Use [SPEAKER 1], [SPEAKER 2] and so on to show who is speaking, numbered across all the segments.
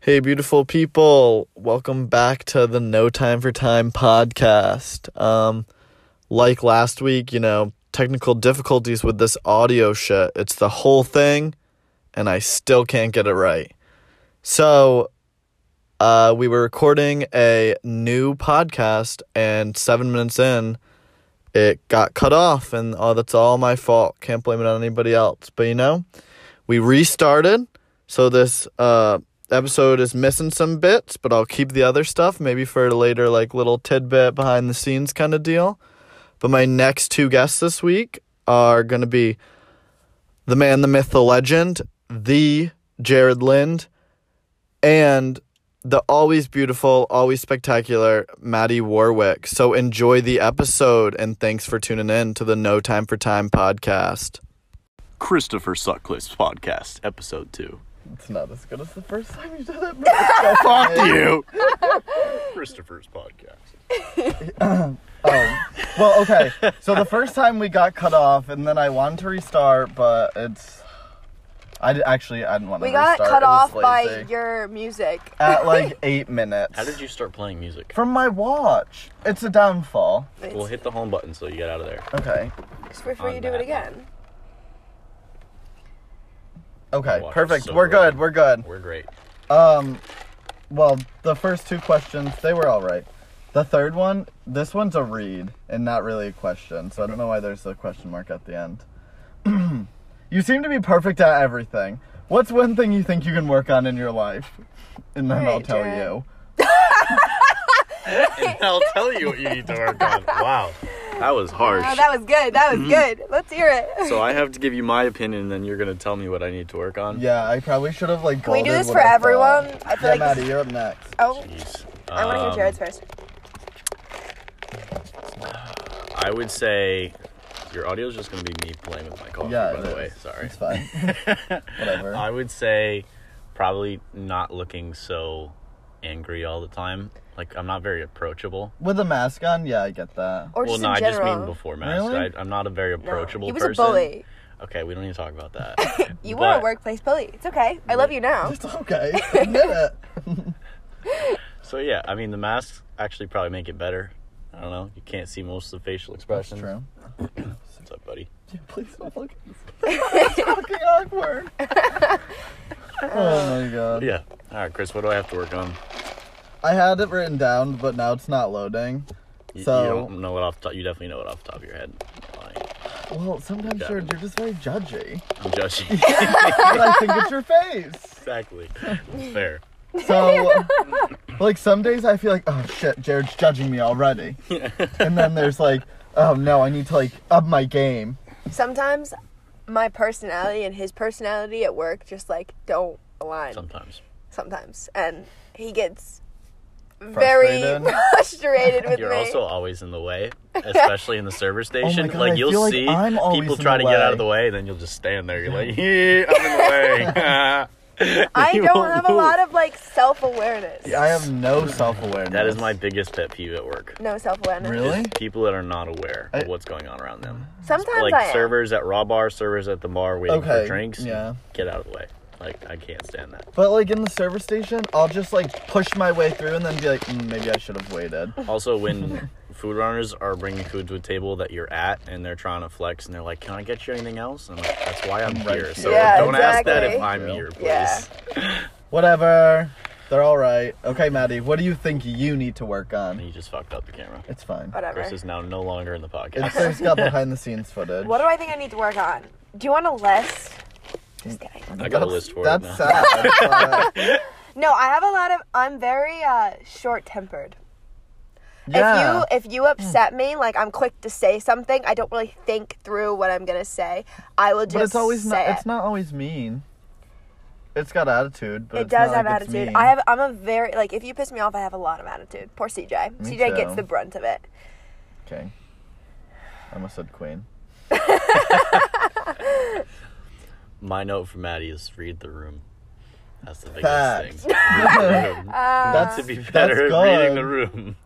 [SPEAKER 1] Hey, beautiful people. Welcome back to the No Time for Time podcast. Um, like last week, you know, technical difficulties with this audio shit. It's the whole thing, and I still can't get it right. So, uh, we were recording a new podcast, and seven minutes in, it got cut off, and oh, that's all my fault. Can't blame it on anybody else. But you know, we restarted, so this uh episode is missing some bits, but I'll keep the other stuff maybe for a later like little tidbit behind the scenes kind of deal. But my next two guests this week are going to be the man, the myth, the legend, the Jared Lind, and the always beautiful, always spectacular Maddie Warwick. So enjoy the episode and thanks for tuning in to the No Time for Time podcast.
[SPEAKER 2] Christopher Sutcliffe's podcast, episode two.
[SPEAKER 1] It's not as good as the first time you did it.
[SPEAKER 2] Fuck you! Christopher's podcast.
[SPEAKER 1] Well, okay. So the first time we got cut off, and then I wanted to restart, but it's. I di- actually I didn't want to.
[SPEAKER 3] We got
[SPEAKER 1] restart.
[SPEAKER 3] cut
[SPEAKER 1] It was
[SPEAKER 3] off by
[SPEAKER 1] lazy.
[SPEAKER 3] your music.
[SPEAKER 2] Uh,
[SPEAKER 1] At like eight minutes.
[SPEAKER 2] How did you start playing music?
[SPEAKER 1] From my watch. It's a downfall.
[SPEAKER 2] Well, hit the home button so you get out of there.
[SPEAKER 1] Okay.
[SPEAKER 3] Just before
[SPEAKER 2] on
[SPEAKER 3] you do
[SPEAKER 2] that.
[SPEAKER 3] it again.
[SPEAKER 1] Okay.
[SPEAKER 2] Watch is
[SPEAKER 1] Perfect.
[SPEAKER 2] so
[SPEAKER 1] we're
[SPEAKER 2] broken.
[SPEAKER 1] good. We're good.
[SPEAKER 2] We're great.
[SPEAKER 1] Um, well, the first two questions they were all right. The third one, this one's a read and not really a question, so I don't know why there's a question mark at the end. you seem to be perfect at everything. What's one thing you think you can work on in your life? And then I'll
[SPEAKER 3] Alright,
[SPEAKER 1] tell
[SPEAKER 3] Jared.
[SPEAKER 1] you.
[SPEAKER 2] And I'll tell you what you need to work on. Wow. That was harsh.
[SPEAKER 3] Oh, that was good. That was good. Let's hear it.
[SPEAKER 2] Mm-hmm. so I have to give you my opinion, and then you're going to tell me what I need to work on?
[SPEAKER 1] Yeah, I probably should have like.
[SPEAKER 3] Can we do
[SPEAKER 1] bolded
[SPEAKER 3] this
[SPEAKER 1] what
[SPEAKER 3] for
[SPEAKER 1] I thought.
[SPEAKER 3] everyone? I feel
[SPEAKER 1] Yeah,
[SPEAKER 3] like
[SPEAKER 1] Maddie,
[SPEAKER 3] this-
[SPEAKER 1] you're up next.
[SPEAKER 3] Oh,
[SPEAKER 2] Jeez.
[SPEAKER 3] I want to hear
[SPEAKER 2] Um,
[SPEAKER 3] Jared's first.
[SPEAKER 2] I would say your audio's just going to be me playing with my coffee,
[SPEAKER 1] Yeah,
[SPEAKER 2] Oh, by
[SPEAKER 1] it
[SPEAKER 2] the way.
[SPEAKER 1] is.
[SPEAKER 2] Sorry.
[SPEAKER 1] It's fine. Whatever.
[SPEAKER 2] I would say probably not looking so angry all the time. Like I'm not very approachable.
[SPEAKER 1] With a mask on, yeah, I get that.
[SPEAKER 3] Or
[SPEAKER 2] well,
[SPEAKER 3] just
[SPEAKER 2] no,
[SPEAKER 3] in
[SPEAKER 2] I just
[SPEAKER 3] general.
[SPEAKER 2] mean before mask.
[SPEAKER 1] Really?
[SPEAKER 2] I, I'm not a very
[SPEAKER 3] No,
[SPEAKER 2] approachable
[SPEAKER 3] He was
[SPEAKER 2] person.
[SPEAKER 3] a bully.
[SPEAKER 2] Okay, we don't need to talk about that.
[SPEAKER 3] You
[SPEAKER 2] But-
[SPEAKER 3] were a workplace bully. It's okay. I love you now.
[SPEAKER 1] It's okay. Admit it.
[SPEAKER 2] So yeah, I mean the masks actually probably make it better. I don't know. You can't see most of the facial
[SPEAKER 1] That's
[SPEAKER 2] expressions.
[SPEAKER 1] true.
[SPEAKER 2] What's up, buddy?
[SPEAKER 1] Yeah, please don't look at this. It's fucking awkward. oh my god.
[SPEAKER 2] Yeah. All right, Chris. What do I have to work on?
[SPEAKER 1] I had it written down, but now it's not loading.
[SPEAKER 2] You, you
[SPEAKER 1] So,
[SPEAKER 2] don't know what off. The, you definitely know it off the top of your head. Like,
[SPEAKER 1] well, sometimes
[SPEAKER 2] Yeah.
[SPEAKER 1] you're, you're just very judgy.
[SPEAKER 2] I'm judging.
[SPEAKER 1] but I think it's your face.
[SPEAKER 2] exactly. Fair.
[SPEAKER 1] So, like, some days I feel like, oh shit, Jared's judging me already. and then there's like, oh no, I need to, like, up my game.
[SPEAKER 3] Sometimes my personality and his personality at work just like don't align
[SPEAKER 2] Sometimes.
[SPEAKER 3] sometimes. And he gets very
[SPEAKER 1] Frustrated?
[SPEAKER 3] frustrated with
[SPEAKER 2] You're
[SPEAKER 3] me.
[SPEAKER 2] also always in the way, especially in the server station.
[SPEAKER 1] Oh God,
[SPEAKER 2] like
[SPEAKER 1] I feel
[SPEAKER 2] you'll
[SPEAKER 1] like
[SPEAKER 2] see
[SPEAKER 1] I'm always
[SPEAKER 2] people
[SPEAKER 1] in
[SPEAKER 2] try
[SPEAKER 1] the
[SPEAKER 2] to get out of
[SPEAKER 1] way.
[SPEAKER 2] the way, and then you'll just stand there. You're like, yeah, I'm in the way.
[SPEAKER 3] I don't have a lot of like self awareness.
[SPEAKER 1] I have no self awareness.
[SPEAKER 2] That is my biggest pet peeve at work.
[SPEAKER 3] No self awareness.
[SPEAKER 1] Really?
[SPEAKER 2] is People that are not aware
[SPEAKER 1] I-
[SPEAKER 2] of what's going on around them.
[SPEAKER 3] Sometimes I
[SPEAKER 2] Like
[SPEAKER 3] am.
[SPEAKER 2] servers at raw bar, servers at the bar waiting
[SPEAKER 1] Okay,
[SPEAKER 2] for drinks.
[SPEAKER 1] yeah.
[SPEAKER 2] Get out of the way. Like I can't stand that.
[SPEAKER 1] But like in the server station, I'll just like push my way through and then be like, mm, maybe I should have waited.
[SPEAKER 2] Also, when food runners are bringing food to a table that you're at and they're trying to flex and they're like, "Can I get you anything else?" And I'm like, "That's why I'm
[SPEAKER 1] I'm right
[SPEAKER 2] here."
[SPEAKER 1] here.
[SPEAKER 2] So
[SPEAKER 3] Yeah,
[SPEAKER 2] don't ask that if
[SPEAKER 3] exactly.
[SPEAKER 2] I'm here, please.
[SPEAKER 3] Yeah.
[SPEAKER 1] Whatever. They're all right. Okay, Maddie, what do you think you need to work on?
[SPEAKER 2] You just fucked up the camera.
[SPEAKER 1] It's fine.
[SPEAKER 3] Whatever.
[SPEAKER 2] Chris is now no longer in the podcast.
[SPEAKER 1] It's there's got behind the scenes footage.
[SPEAKER 3] What do I think I need to work on? Do you want a list? Just
[SPEAKER 1] Mm.
[SPEAKER 3] kidding.
[SPEAKER 2] I got a list for it.
[SPEAKER 1] That's
[SPEAKER 2] now.
[SPEAKER 1] sad. but-
[SPEAKER 3] No, I have a lot of. I'm very uh, short tempered.
[SPEAKER 1] yeah. Mm.
[SPEAKER 3] If you if you upset me, like I'm quick to say something. I don't really think through what I'm gonna say. I will just.
[SPEAKER 1] but it's always
[SPEAKER 3] say
[SPEAKER 1] not.
[SPEAKER 3] it.
[SPEAKER 1] It's not always mean. It's got attitude, but
[SPEAKER 3] It
[SPEAKER 1] it's
[SPEAKER 3] does
[SPEAKER 1] not
[SPEAKER 3] have
[SPEAKER 1] like it's
[SPEAKER 3] attitude.
[SPEAKER 1] mean.
[SPEAKER 3] I have. I'm a very like. If you piss me off, I have a lot of attitude. Poor CJ.
[SPEAKER 1] Me
[SPEAKER 3] CJ
[SPEAKER 1] too.
[SPEAKER 3] gets the brunt of it.
[SPEAKER 1] Okay. I almost said queen.
[SPEAKER 2] My note for Maddie is read the room. That's the biggest
[SPEAKER 1] Facts.
[SPEAKER 2] thing. Read the room.
[SPEAKER 1] That's
[SPEAKER 3] Ah.
[SPEAKER 2] to be better
[SPEAKER 1] that's
[SPEAKER 2] at reading the
[SPEAKER 1] good.
[SPEAKER 2] room.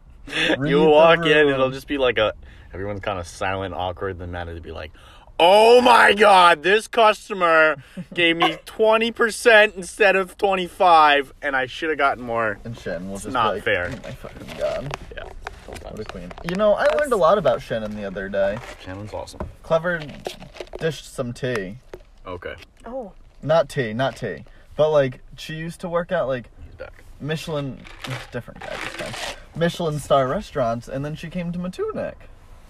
[SPEAKER 1] Read
[SPEAKER 2] you
[SPEAKER 1] the
[SPEAKER 2] walk in,
[SPEAKER 1] room.
[SPEAKER 2] it'll just be like a everyone's kind of silent, awkward. Then Maddie would be like, oh my god, this customer gave me 20% instead of 25 and I should have gotten more.
[SPEAKER 1] and Shannon will just
[SPEAKER 2] not
[SPEAKER 1] be like,
[SPEAKER 2] fair.
[SPEAKER 1] Oh my fucking god.
[SPEAKER 2] Yeah.
[SPEAKER 1] What a queen. You know, I learned a lot about Shannon the other day.
[SPEAKER 2] Shannon's awesome.
[SPEAKER 1] Clever dished some tea.
[SPEAKER 2] Okay.
[SPEAKER 3] Oh,
[SPEAKER 1] Not tea, not tea. But like she used to work at like
[SPEAKER 2] He's back.
[SPEAKER 1] Michelin different guy this time. Michelin star restaurants and then she came to Matunic.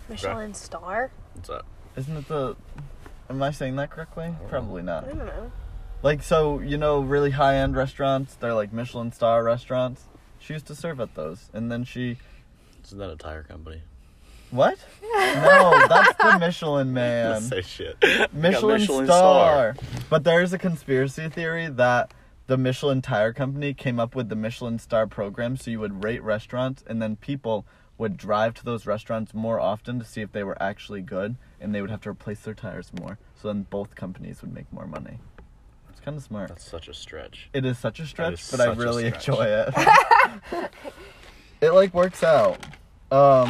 [SPEAKER 3] Michelin star.
[SPEAKER 2] What's up?
[SPEAKER 1] Isn't it the am I saying that correctly? Probably not.
[SPEAKER 3] I don't know.
[SPEAKER 1] Like so, you know, really high end restaurants, they're like Michelin star restaurants. She used to serve at those. And then she
[SPEAKER 2] Isn't that a tire company?
[SPEAKER 1] what? no, that's the Michelin man.
[SPEAKER 2] Say shit.
[SPEAKER 1] Michelin,
[SPEAKER 2] Got Michelin
[SPEAKER 1] star. But there is a conspiracy theory that the Michelin tire company came up with the Michelin star program so you would rate restaurants and then people would drive to those restaurants more often to see if they were actually good and they would have to replace their tires more. So then both companies would make more money. It's kind of smart.
[SPEAKER 2] That's such a stretch.
[SPEAKER 1] it is such a stretch,
[SPEAKER 2] is
[SPEAKER 1] but I
[SPEAKER 2] such a
[SPEAKER 1] really
[SPEAKER 2] stretch.
[SPEAKER 1] enjoy it. it like works out. Um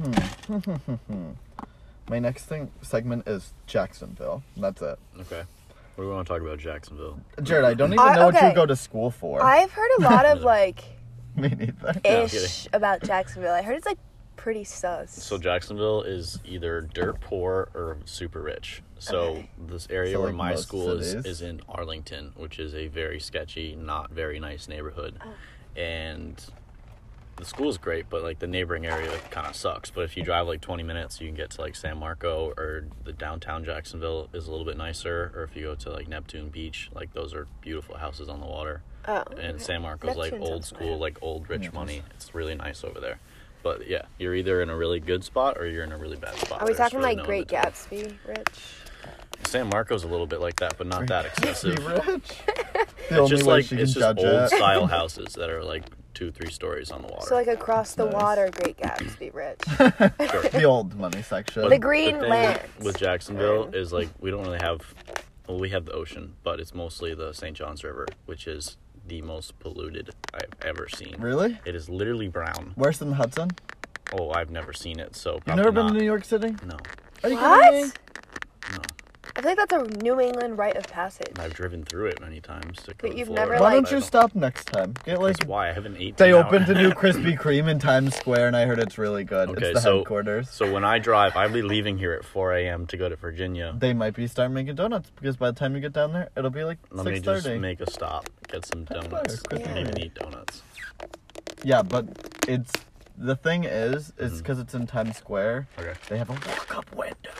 [SPEAKER 1] hmm. My next thing segment is Jacksonville. That's it.
[SPEAKER 2] Okay. What do we want to talk about Jacksonville?
[SPEAKER 1] Jared, I don't even
[SPEAKER 3] I-
[SPEAKER 1] know what
[SPEAKER 3] okay.
[SPEAKER 1] you go to school for.
[SPEAKER 3] I've heard a lot of like
[SPEAKER 1] Me neither.
[SPEAKER 2] Yeah.
[SPEAKER 3] ish about Jacksonville. I heard it's like pretty sus.
[SPEAKER 2] So Jacksonville is either dirt poor or super rich. So
[SPEAKER 3] Okay.
[SPEAKER 2] this area
[SPEAKER 1] So,
[SPEAKER 2] where
[SPEAKER 1] like,
[SPEAKER 2] my
[SPEAKER 1] most
[SPEAKER 2] school is,
[SPEAKER 1] cities?
[SPEAKER 2] is in Arlington, which is a very sketchy, not very nice neighborhood.
[SPEAKER 1] Oh.
[SPEAKER 2] And the school is great, but like the neighboring area kind of sucks. But if you drive like 20 minutes, you can get to like San Marco or the downtown Jacksonville is a little bit nicer. Or if you go to like Neptune Beach, like those are beautiful houses on the water.
[SPEAKER 3] oh,
[SPEAKER 2] and San Marcos like
[SPEAKER 3] Neptune
[SPEAKER 2] old
[SPEAKER 3] sounds
[SPEAKER 2] school,
[SPEAKER 3] nice.
[SPEAKER 2] like old rich money. It's really nice over there. But yeah, you're either in a really good spot or you're in a really bad spot.
[SPEAKER 3] are we
[SPEAKER 2] There's
[SPEAKER 3] talking
[SPEAKER 2] really
[SPEAKER 3] like
[SPEAKER 2] no
[SPEAKER 3] Great
[SPEAKER 2] in-between.
[SPEAKER 3] Gatsby, Rich?
[SPEAKER 2] San Marcos a little bit like that, but not that
[SPEAKER 1] Be
[SPEAKER 2] excessive.
[SPEAKER 1] rich. The
[SPEAKER 2] It's
[SPEAKER 1] only
[SPEAKER 2] just
[SPEAKER 1] way
[SPEAKER 2] like
[SPEAKER 1] she can
[SPEAKER 2] it's just
[SPEAKER 1] judge
[SPEAKER 2] old
[SPEAKER 1] it.
[SPEAKER 2] style houses that are like two, three stories on the water.
[SPEAKER 3] So like across the
[SPEAKER 1] Nice.
[SPEAKER 3] water, Great Gatsby, Rich.
[SPEAKER 2] Sure.
[SPEAKER 1] the old money section.
[SPEAKER 2] But
[SPEAKER 3] The green
[SPEAKER 2] thing with-
[SPEAKER 3] lands.
[SPEAKER 2] with Jacksonville is like we don't really have. Well, we have the ocean, but it's mostly the St. Johns River, which is the most polluted I've ever seen.
[SPEAKER 1] Really?
[SPEAKER 2] It is literally brown.
[SPEAKER 1] Worse than Hudson?
[SPEAKER 2] Oh, I've never seen it, so
[SPEAKER 1] You've
[SPEAKER 2] probably
[SPEAKER 1] never been
[SPEAKER 2] not.
[SPEAKER 1] to New York City?
[SPEAKER 2] No.
[SPEAKER 1] Are you
[SPEAKER 3] What?
[SPEAKER 1] kidding me?
[SPEAKER 2] No,
[SPEAKER 3] I feel like that's a New England rite of passage.
[SPEAKER 2] I've driven through it many times. To go
[SPEAKER 3] But
[SPEAKER 2] to
[SPEAKER 3] you've
[SPEAKER 2] Florida,
[SPEAKER 3] never,
[SPEAKER 1] Why
[SPEAKER 3] like-
[SPEAKER 1] don't
[SPEAKER 2] but I
[SPEAKER 1] you stop next time? Get like
[SPEAKER 2] That's why I haven't eaten.
[SPEAKER 1] they
[SPEAKER 2] out.
[SPEAKER 1] opened a new Krispy Kreme in Times Square, and I heard it's really good.
[SPEAKER 2] Okay,
[SPEAKER 1] it's the
[SPEAKER 2] so-
[SPEAKER 1] headquarters.
[SPEAKER 2] So when I drive, I'll be leaving here at 4 a.m. to go to Virginia.
[SPEAKER 1] They might be starting making donuts because by the time you get down there, it'll be like
[SPEAKER 2] Let me
[SPEAKER 1] six
[SPEAKER 2] just
[SPEAKER 1] thirty.
[SPEAKER 2] make a stop, get some
[SPEAKER 1] fire,
[SPEAKER 2] donuts,
[SPEAKER 1] Krispy
[SPEAKER 2] and even
[SPEAKER 1] Kreme.
[SPEAKER 2] eat donuts.
[SPEAKER 1] Yeah, but it's the thing is, is because it's in Times Square.
[SPEAKER 2] Mm-hmm. Okay,
[SPEAKER 1] They have a walk-up window.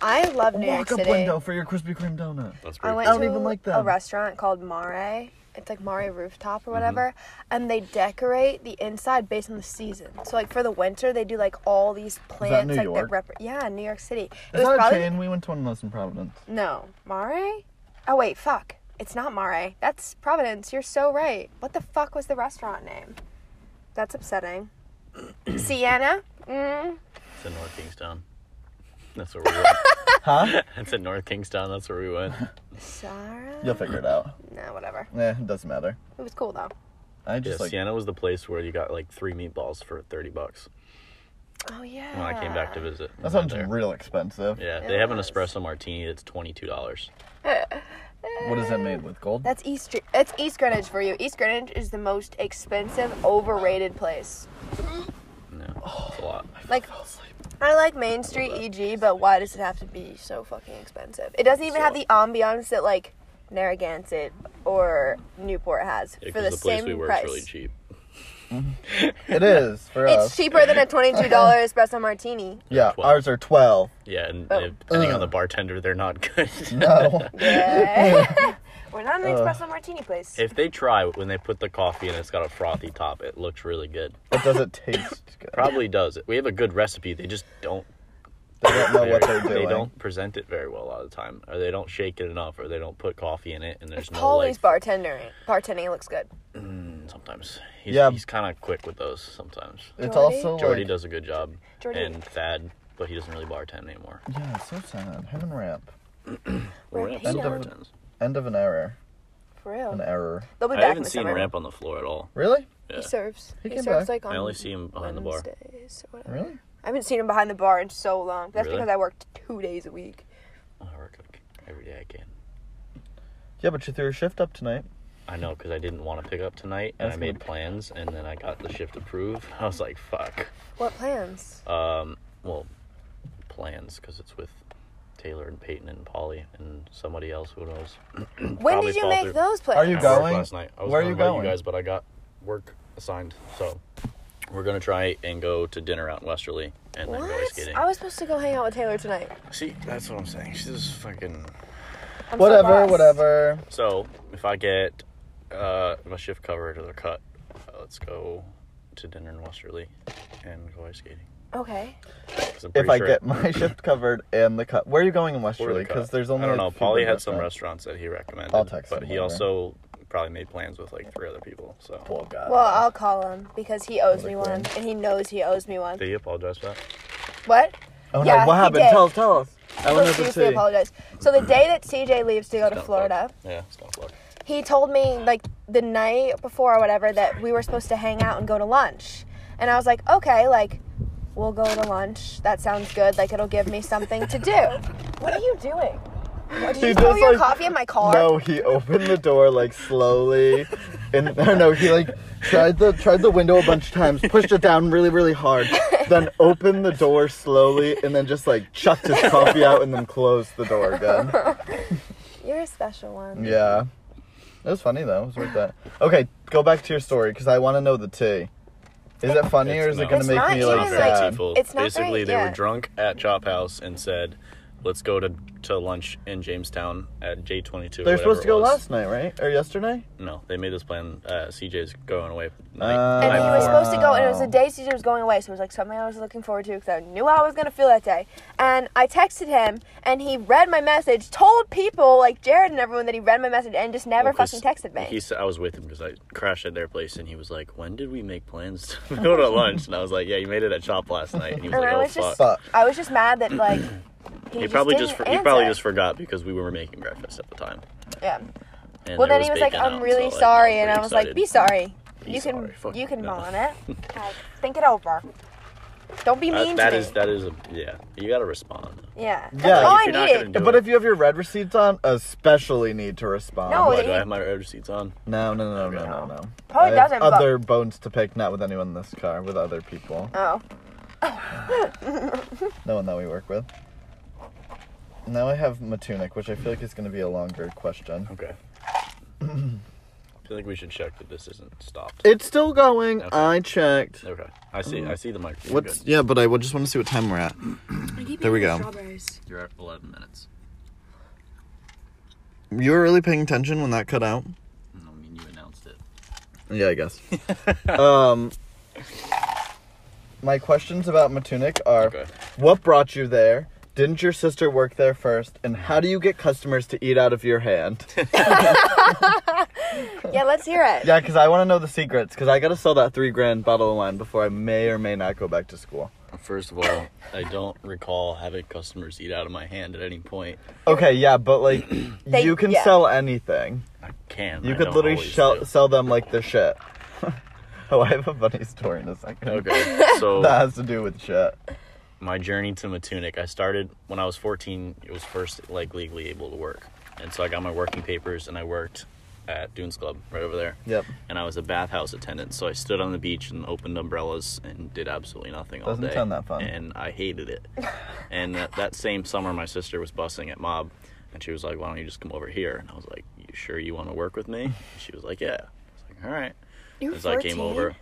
[SPEAKER 3] I love New York
[SPEAKER 1] Walk-up
[SPEAKER 3] City.
[SPEAKER 1] window for your Krispy Kreme donut.
[SPEAKER 2] that's
[SPEAKER 3] I
[SPEAKER 2] pretty.
[SPEAKER 3] went
[SPEAKER 2] cool.
[SPEAKER 1] don't
[SPEAKER 3] to
[SPEAKER 1] even like
[SPEAKER 3] a
[SPEAKER 1] them.
[SPEAKER 3] restaurant called Mare. It's like Mare Rooftop or whatever, and they decorate the inside based on the season. So like for the winter, they do like all these plants
[SPEAKER 1] New
[SPEAKER 3] like
[SPEAKER 1] York?
[SPEAKER 3] that rep- yeah, New York City.
[SPEAKER 1] Is that a chain? We went to one of those in Providence.
[SPEAKER 3] No, Mare? Oh wait, fuck. It's not Mare. That's Providence. You're so right. What the fuck was the restaurant name? That's upsetting. Sienna? Mm.
[SPEAKER 2] It's in North Kingstown. That's where we went.
[SPEAKER 1] Huh?
[SPEAKER 2] it's in North Kingstown. That's where we went.
[SPEAKER 3] Sarah?
[SPEAKER 1] You'll figure it out.
[SPEAKER 3] No, whatever.
[SPEAKER 1] Eh, it doesn't matter.
[SPEAKER 3] It was cool though.
[SPEAKER 1] I
[SPEAKER 2] Yeah,
[SPEAKER 1] just like
[SPEAKER 2] Sienna was the place where you got like three meatballs for 30 bucks
[SPEAKER 3] Oh yeah.
[SPEAKER 2] when I came back to visit.
[SPEAKER 1] Ah. that
[SPEAKER 2] We went
[SPEAKER 1] sounds real expensive.
[SPEAKER 2] Yeah,
[SPEAKER 3] It
[SPEAKER 2] they have an
[SPEAKER 3] was.
[SPEAKER 2] espresso martini that's $22.
[SPEAKER 1] What is that made with gold?
[SPEAKER 3] That's East. It's East Greenwich for you. East Greenwich is the most expensive, overrated place.
[SPEAKER 2] Yeah,
[SPEAKER 1] Oh.
[SPEAKER 2] it's a lot.
[SPEAKER 3] Like, I like Main Street, EG, but why does it have to be so fucking expensive? It doesn't even have the ambiance that like Narragansett or Newport has
[SPEAKER 2] Yeah,
[SPEAKER 3] for
[SPEAKER 2] 'cause
[SPEAKER 3] the,
[SPEAKER 2] the place
[SPEAKER 3] same
[SPEAKER 2] we were is
[SPEAKER 3] price.
[SPEAKER 2] really cheap.
[SPEAKER 1] It is for
[SPEAKER 3] It's
[SPEAKER 1] us.
[SPEAKER 3] cheaper than a twenty-two dollar espresso martini.
[SPEAKER 1] yeah,
[SPEAKER 2] 12.
[SPEAKER 1] ours are twelve.
[SPEAKER 2] Yeah, and
[SPEAKER 3] Oh.
[SPEAKER 2] if- depending on
[SPEAKER 1] Ugh.
[SPEAKER 2] the bartender, they're not good.
[SPEAKER 1] No.
[SPEAKER 3] Yeah. We're not an espresso martini place.
[SPEAKER 2] if they try when they put the coffee and it's got a frothy top, it looks really good.
[SPEAKER 1] But does it taste good?
[SPEAKER 2] Probably does. We have a good recipe. They just don't.
[SPEAKER 1] They don't know what they're
[SPEAKER 2] they
[SPEAKER 1] doing.
[SPEAKER 2] don't present it very well a lot of the time, or they don't shake it enough, or they don't put coffee in it. And there's no
[SPEAKER 3] Paulie's
[SPEAKER 2] like. mm,
[SPEAKER 3] bartending. Bartending looks good.
[SPEAKER 2] Sometimes he's,
[SPEAKER 1] Yeah.
[SPEAKER 2] he's kind of quick with those. Sometimes
[SPEAKER 1] It's
[SPEAKER 3] Jordy?
[SPEAKER 1] also
[SPEAKER 2] Jordy
[SPEAKER 1] like
[SPEAKER 2] does a good job,
[SPEAKER 3] Jordy-
[SPEAKER 2] and Thad, but he doesn't really bartend anymore.
[SPEAKER 1] yeah, it's so sad. Heaven ramp.
[SPEAKER 3] Where
[SPEAKER 2] Ramp
[SPEAKER 3] he
[SPEAKER 2] still
[SPEAKER 1] does-
[SPEAKER 2] bartends.
[SPEAKER 1] End of an error.
[SPEAKER 3] For
[SPEAKER 1] An
[SPEAKER 3] real.
[SPEAKER 1] error.
[SPEAKER 3] They'll be
[SPEAKER 2] I
[SPEAKER 3] back in
[SPEAKER 2] haven't
[SPEAKER 3] the
[SPEAKER 2] seen
[SPEAKER 3] summer.
[SPEAKER 2] Ramp on the floor at all.
[SPEAKER 1] Really?
[SPEAKER 2] Yeah.
[SPEAKER 3] He serves.
[SPEAKER 1] He
[SPEAKER 3] He,
[SPEAKER 1] came
[SPEAKER 3] serves
[SPEAKER 1] back.
[SPEAKER 3] like on
[SPEAKER 2] I only see him behind the bar.
[SPEAKER 3] Wednesdays or whatever.
[SPEAKER 1] Really?
[SPEAKER 3] I haven't seen him behind the bar in so long. That's
[SPEAKER 2] Really?
[SPEAKER 3] because I worked two days a week.
[SPEAKER 2] Oh, I work like every day I can.
[SPEAKER 1] Yeah, but you threw your shift up tonight.
[SPEAKER 2] I know because I didn't want to pick up tonight, and
[SPEAKER 1] That's
[SPEAKER 2] I made
[SPEAKER 1] good.
[SPEAKER 2] plans, and then I got the shift approved. I was like, fuck.
[SPEAKER 3] What plans?
[SPEAKER 2] Um, well, plans because it's with Taylor and Peyton and Polly and somebody else. Who knows?
[SPEAKER 3] when
[SPEAKER 2] probably
[SPEAKER 3] did you
[SPEAKER 2] fall
[SPEAKER 3] make
[SPEAKER 2] through.
[SPEAKER 3] those plans?
[SPEAKER 1] Are you
[SPEAKER 2] I
[SPEAKER 1] going?
[SPEAKER 2] worked last night. I was
[SPEAKER 1] Where are
[SPEAKER 2] going
[SPEAKER 1] you
[SPEAKER 2] with
[SPEAKER 1] going?
[SPEAKER 2] You guys, but I got work assigned, so we're gonna try and go to dinner out in Westerly and then go ice
[SPEAKER 3] What? Oh.
[SPEAKER 2] skating.
[SPEAKER 3] I was supposed to go hang out with Taylor tonight.
[SPEAKER 2] See, that's what I'm saying. She's fucking.
[SPEAKER 3] I'm so
[SPEAKER 1] Whatever,
[SPEAKER 3] lost.
[SPEAKER 1] whatever.
[SPEAKER 2] So if I get uh, my shift covered or the cut, uh, let's go to dinner in Westerly and go ice skating.
[SPEAKER 3] Okay.
[SPEAKER 2] 'Cause I'm
[SPEAKER 1] If
[SPEAKER 2] pretty
[SPEAKER 1] I
[SPEAKER 2] sure-
[SPEAKER 1] get my shift covered and the cut, where are you going in
[SPEAKER 2] Or the
[SPEAKER 1] Westerly? Because
[SPEAKER 2] cut.
[SPEAKER 1] there's only
[SPEAKER 2] I don't
[SPEAKER 1] a
[SPEAKER 2] know.
[SPEAKER 1] few
[SPEAKER 2] Polly
[SPEAKER 1] good
[SPEAKER 2] had some
[SPEAKER 1] restaurants.
[SPEAKER 2] restaurants that he recommended.
[SPEAKER 1] I'll text
[SPEAKER 2] but
[SPEAKER 1] him
[SPEAKER 2] he
[SPEAKER 1] later.
[SPEAKER 2] also probably made plans with like three other people. So
[SPEAKER 1] Well, God.
[SPEAKER 3] Well, I'll call him because he owes me
[SPEAKER 1] Another
[SPEAKER 3] one, and he knows he owes me one.
[SPEAKER 2] did he apologize for that?
[SPEAKER 3] What?
[SPEAKER 1] oh
[SPEAKER 3] yeah,
[SPEAKER 1] no! What
[SPEAKER 3] he
[SPEAKER 1] happened?
[SPEAKER 3] did.
[SPEAKER 1] Tell us. Tell us. I don't know the
[SPEAKER 3] Profusely apologize. So the day that CJ leaves to go to
[SPEAKER 2] Don't
[SPEAKER 3] Florida,
[SPEAKER 2] fuck. Yeah, it's not fuck.
[SPEAKER 3] he told me like the night before or whatever that we were supposed to hang out and go to lunch. And I was like, okay, like we'll go to lunch. That sounds good. Like it'll give me something to do. what are you doing? What, did
[SPEAKER 1] He
[SPEAKER 3] you throw
[SPEAKER 1] just,
[SPEAKER 3] your
[SPEAKER 1] like-
[SPEAKER 3] coffee in my car?
[SPEAKER 1] No, he opened the door like slowly, and no, no, he like tried the tried the window a bunch of times, pushed it down really, really hard, then opened the door slowly, and then just like chucked his coffee out and then closed the door again.
[SPEAKER 3] You're a special one.
[SPEAKER 1] Yeah, it was funny though. It was worth that. Okay, go back to your story because I want to know the tea. Is it funny or
[SPEAKER 2] It's
[SPEAKER 1] is it
[SPEAKER 2] not-
[SPEAKER 1] gonna
[SPEAKER 3] It's
[SPEAKER 1] make
[SPEAKER 3] not
[SPEAKER 1] me
[SPEAKER 3] even,
[SPEAKER 1] like
[SPEAKER 3] like-
[SPEAKER 1] sad?
[SPEAKER 2] People-
[SPEAKER 3] It's not
[SPEAKER 2] Basically,
[SPEAKER 3] great,
[SPEAKER 2] they
[SPEAKER 3] yeah.
[SPEAKER 2] were drunk at Chop House and said, "Let's go to to lunch in Jamestown at J22."
[SPEAKER 1] They're supposed to go
[SPEAKER 2] last.
[SPEAKER 1] last night, right, or yesterday?
[SPEAKER 2] No, they made this plan. Uh, CJ's going away.
[SPEAKER 1] Uh,
[SPEAKER 2] Night,
[SPEAKER 3] And he
[SPEAKER 2] night
[SPEAKER 3] was
[SPEAKER 2] before.
[SPEAKER 3] supposed to go, and it was the day CJ was going away, so it was like something I was looking forward to because I knew how I was gonna feel that day. And I texted him, and he read my message, told people like Jared and everyone that he read my message, and just never
[SPEAKER 2] Well, 'cause
[SPEAKER 3] fucking texted me.
[SPEAKER 2] He said I was with him because I crashed at their place, and he was like, "When did we make plans to go to lunch?" And I was like, "Yeah, you made it at Chop last night." And he was
[SPEAKER 3] And
[SPEAKER 2] like,
[SPEAKER 3] I
[SPEAKER 2] "Oh
[SPEAKER 3] was
[SPEAKER 2] fuck."
[SPEAKER 3] just,
[SPEAKER 1] Fuck.
[SPEAKER 3] I was just mad that like he,
[SPEAKER 2] He
[SPEAKER 3] just
[SPEAKER 2] probably
[SPEAKER 3] didn't
[SPEAKER 2] just for, he probably
[SPEAKER 3] answer.
[SPEAKER 2] just forgot because we were making breakfast at the time.
[SPEAKER 3] yeah.
[SPEAKER 2] And
[SPEAKER 3] Well,
[SPEAKER 2] there
[SPEAKER 3] then he was like,
[SPEAKER 2] bacon
[SPEAKER 3] "I'm
[SPEAKER 2] out,
[SPEAKER 3] really
[SPEAKER 2] so, like,
[SPEAKER 3] sorry,"
[SPEAKER 2] I
[SPEAKER 3] and I
[SPEAKER 2] pretty
[SPEAKER 3] was like,
[SPEAKER 2] excited.
[SPEAKER 3] "Be sorry.
[SPEAKER 2] Be
[SPEAKER 3] you can
[SPEAKER 2] sorry. Fuck
[SPEAKER 3] you can
[SPEAKER 2] no.
[SPEAKER 3] mull on it. Like, think it over. Don't be
[SPEAKER 2] That-
[SPEAKER 3] mean
[SPEAKER 2] Uh, that
[SPEAKER 3] to
[SPEAKER 2] is
[SPEAKER 3] me.
[SPEAKER 2] that is a yeah. You gotta respond.
[SPEAKER 3] yeah. That's
[SPEAKER 1] Yeah.
[SPEAKER 2] If
[SPEAKER 3] all I
[SPEAKER 2] you're not
[SPEAKER 3] needed.
[SPEAKER 2] gonna do
[SPEAKER 1] But
[SPEAKER 2] it-
[SPEAKER 1] if you have your red receipts on, especially need to respond.
[SPEAKER 3] No, Oh,
[SPEAKER 2] Why,
[SPEAKER 3] they-
[SPEAKER 2] do I have my red receipts on?
[SPEAKER 1] No, no, no, no, no, no.
[SPEAKER 3] Probably
[SPEAKER 1] I have
[SPEAKER 3] doesn't, but-
[SPEAKER 1] Other bones to pick, not with anyone in this car, with other people.
[SPEAKER 3] oh.
[SPEAKER 1] No one that we work with. Now I have Matunic, which I feel like is going to be a longer question.
[SPEAKER 2] Okay. I feel like we should check that this isn't stopped.
[SPEAKER 1] It's still going.
[SPEAKER 2] Okay.
[SPEAKER 1] I checked.
[SPEAKER 2] Okay. I see. I see the mic. You're
[SPEAKER 1] What's
[SPEAKER 2] good.
[SPEAKER 1] yeah, but I would- just want to see what time we're at. There we go.
[SPEAKER 2] You're at 11 minutes.
[SPEAKER 1] You were really paying attention when that cut out.
[SPEAKER 2] I mean, you announced it.
[SPEAKER 1] Yeah, I guess. um, my questions about Matunic are:
[SPEAKER 2] Okay.
[SPEAKER 1] What brought you there? Didn't your sister work there first? And how do you get customers to eat out of your hand?
[SPEAKER 3] Yeah, let's hear it.
[SPEAKER 1] Yeah, because I want to know the secrets. Because I gotta sell that three grand bottle of wine before I may or may not go back to school.
[SPEAKER 2] First of all, I don't recall having customers eat out of my hand at any point.
[SPEAKER 1] Okay, yeah, but like,
[SPEAKER 3] They-
[SPEAKER 1] you can
[SPEAKER 3] yeah.
[SPEAKER 1] sell anything.
[SPEAKER 2] I can.
[SPEAKER 1] You
[SPEAKER 2] I
[SPEAKER 1] could
[SPEAKER 2] don't
[SPEAKER 1] literally
[SPEAKER 2] always
[SPEAKER 1] shell,
[SPEAKER 2] do.
[SPEAKER 1] sell them like the shit. oh, I have a funny story in a second.
[SPEAKER 2] Okay. So
[SPEAKER 1] That has to do with shit.
[SPEAKER 2] my journey to Matunic, I started when I was 14. It was first like legally able to work, and so I got my working papers and I worked at Dunes Club right over there.
[SPEAKER 1] Yep.
[SPEAKER 2] And I was a bathhouse attendant, so I stood on the beach and opened umbrellas and did absolutely nothing all
[SPEAKER 1] Doesn't
[SPEAKER 2] day.
[SPEAKER 1] sound that fun.
[SPEAKER 2] And I hated it. and that, that same summer, my sister was busing at Mob, and she was like, "Why don't you just come over here?" And I was like, "You sure you want to work with me?" And she was like, "Yeah." I was like, "All right."
[SPEAKER 3] You're
[SPEAKER 2] And so I came
[SPEAKER 3] 14?
[SPEAKER 2] over.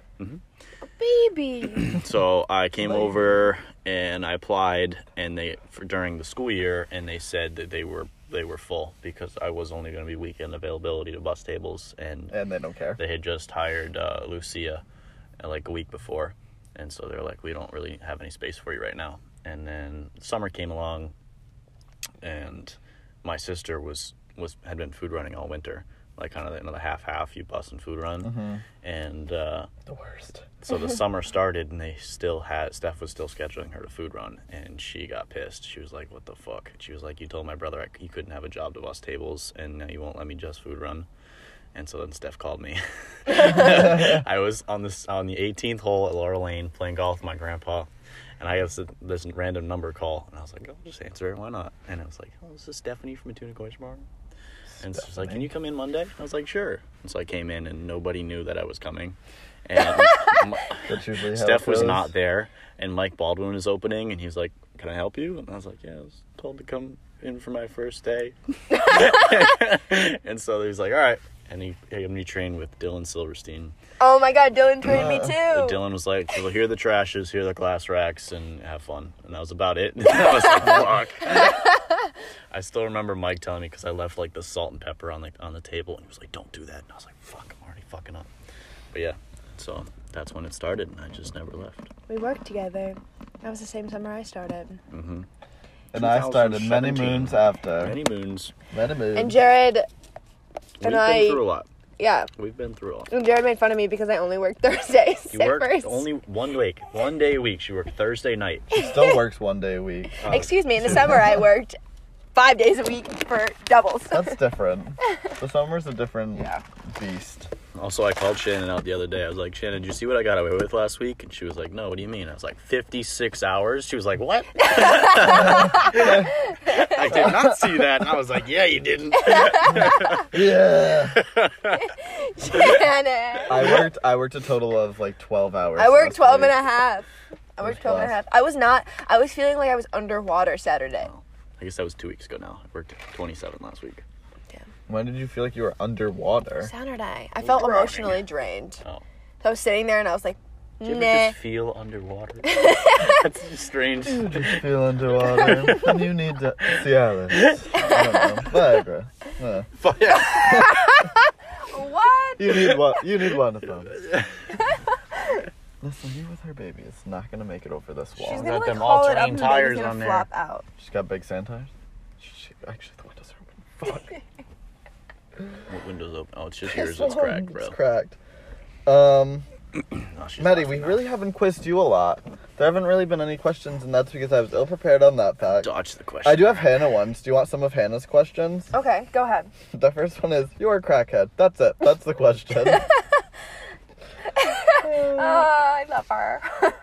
[SPEAKER 3] baby.
[SPEAKER 2] So I came over and I applied, and they for, during the school year, and they said that they were they were full because I was only going to be weekend availability to bus tables, and
[SPEAKER 1] And they don't care.
[SPEAKER 2] they had just hired uh, Lucia uh, like a week before, and so they're like, we don't really have any space for you right now. And then summer came along, and my sister was was had been food running all winter, like kind of another half half you bus and food run, and. Uh,
[SPEAKER 1] The worst.
[SPEAKER 2] so the summer started and they still had Steph was still scheduling her to food run and she got pissed. She was like, "What the fuck?" She was like, "You told my brother I, he couldn't have a job to bus tables and now you won't let me just food run." And so then Steph called me. I was on this on the 18th hole at Laurel Lane playing golf with my grandpa And I got this, this random number call, and I was like, I'll just answer it. Why not? And it was like, oh, this is Stephanie from Atuna Oyster Bar. And she's like, can you come in Monday? I was like, sure. And so I came in, and nobody knew that I was coming. And my-
[SPEAKER 1] That's usually how it
[SPEAKER 2] Steph was
[SPEAKER 1] goes.
[SPEAKER 2] not there, and Mike Baldwin was opening, and he was like, "Can I help you?" And I was like, "Yeah, I was told to come in for my first day." and so he was like, "All right," and he had me train with Dylan Silverstein.
[SPEAKER 3] Oh my god, Dylan trained me too.
[SPEAKER 2] And Dylan was like, "Well, here are the trashes, here are the glass racks, and have fun." And that was about it. I was like, "Fuck." I still remember Mike telling me because I left like the salt and pepper on the on the table, and he was like, "Don't do that." And I was like, "Fuck, I'm already fucking up." But yeah, so that's when it started, and I just never left.
[SPEAKER 3] We worked together. That was the same summer I started.
[SPEAKER 2] hmm
[SPEAKER 1] And I started many
[SPEAKER 2] 2017.
[SPEAKER 1] moons after.
[SPEAKER 2] Many moons.
[SPEAKER 1] Many moons.
[SPEAKER 3] And Jared,
[SPEAKER 2] We've
[SPEAKER 3] And
[SPEAKER 2] been
[SPEAKER 3] I-
[SPEAKER 2] through a lot.
[SPEAKER 3] yeah.
[SPEAKER 2] We've been through a lot.
[SPEAKER 3] And Jared made fun of me because I only worked Thursdays
[SPEAKER 2] You
[SPEAKER 3] at
[SPEAKER 2] worked
[SPEAKER 3] first.
[SPEAKER 2] only one week, one day a week. She worked Thursday night. Uh,
[SPEAKER 1] She still works one day a week.
[SPEAKER 3] Excuse me, in the summer I worked five days a week for doubles.
[SPEAKER 1] That's different. The summer's a different beast.
[SPEAKER 2] Also, I called Shannon out the other day. I was like, Shannon, did you see what I got away with last week? And she was like, No, what do you mean? I was like, 56 hours? She was like, What? I did not see that. And I was like, Yeah, you didn't.
[SPEAKER 1] Yeah.
[SPEAKER 3] Janet.
[SPEAKER 1] I worked I worked a total of like 12 hours.
[SPEAKER 3] I worked
[SPEAKER 1] last
[SPEAKER 3] 12
[SPEAKER 1] week.
[SPEAKER 3] and a half. I worked 12 and a
[SPEAKER 1] class.
[SPEAKER 3] half. I was not, I was feeling like I was underwater Saturday.
[SPEAKER 2] I guess that was two weeks ago now. I worked 27 last week.
[SPEAKER 1] When did you feel like you were underwater?
[SPEAKER 3] Saturday. I felt
[SPEAKER 2] Drowning.
[SPEAKER 3] emotionally drained.
[SPEAKER 2] Oh.
[SPEAKER 3] So I was sitting there and I was like,
[SPEAKER 2] Do you ever
[SPEAKER 3] nah.
[SPEAKER 2] just feel underwater? That's strange.
[SPEAKER 1] Did you feel underwater? when you need to Cialis. I don't know. Viagra. Uh,
[SPEAKER 2] Fuck yeah.
[SPEAKER 3] What?
[SPEAKER 1] you need one you need one of them. Listen, you with her baby, it's not gonna make it over this wall.
[SPEAKER 3] She's
[SPEAKER 2] Got
[SPEAKER 3] gonna like
[SPEAKER 2] them
[SPEAKER 3] haul it
[SPEAKER 2] all-terrain
[SPEAKER 3] up and the
[SPEAKER 2] tires
[SPEAKER 3] baby's
[SPEAKER 2] on
[SPEAKER 3] gonna
[SPEAKER 2] there.
[SPEAKER 3] flop out.
[SPEAKER 1] She's got big sand tires. She, actually, the windows are open. Fuck.
[SPEAKER 2] What window's open? Oh, it's just yours. It's cracked, bro.
[SPEAKER 1] It's cracked. Um,
[SPEAKER 2] No, she's
[SPEAKER 1] Maddie,
[SPEAKER 2] not.
[SPEAKER 1] we really haven't quizzed you a lot. There haven't really been any questions, and that's because I was ill prepared on that fact.
[SPEAKER 2] dodge the question.
[SPEAKER 1] I do have Hannah ones. Do you want some of Hannah's questions?
[SPEAKER 3] Okay, go ahead.
[SPEAKER 1] The first one is You're a crackhead. That's it. That's the question.
[SPEAKER 3] Oh, I love her.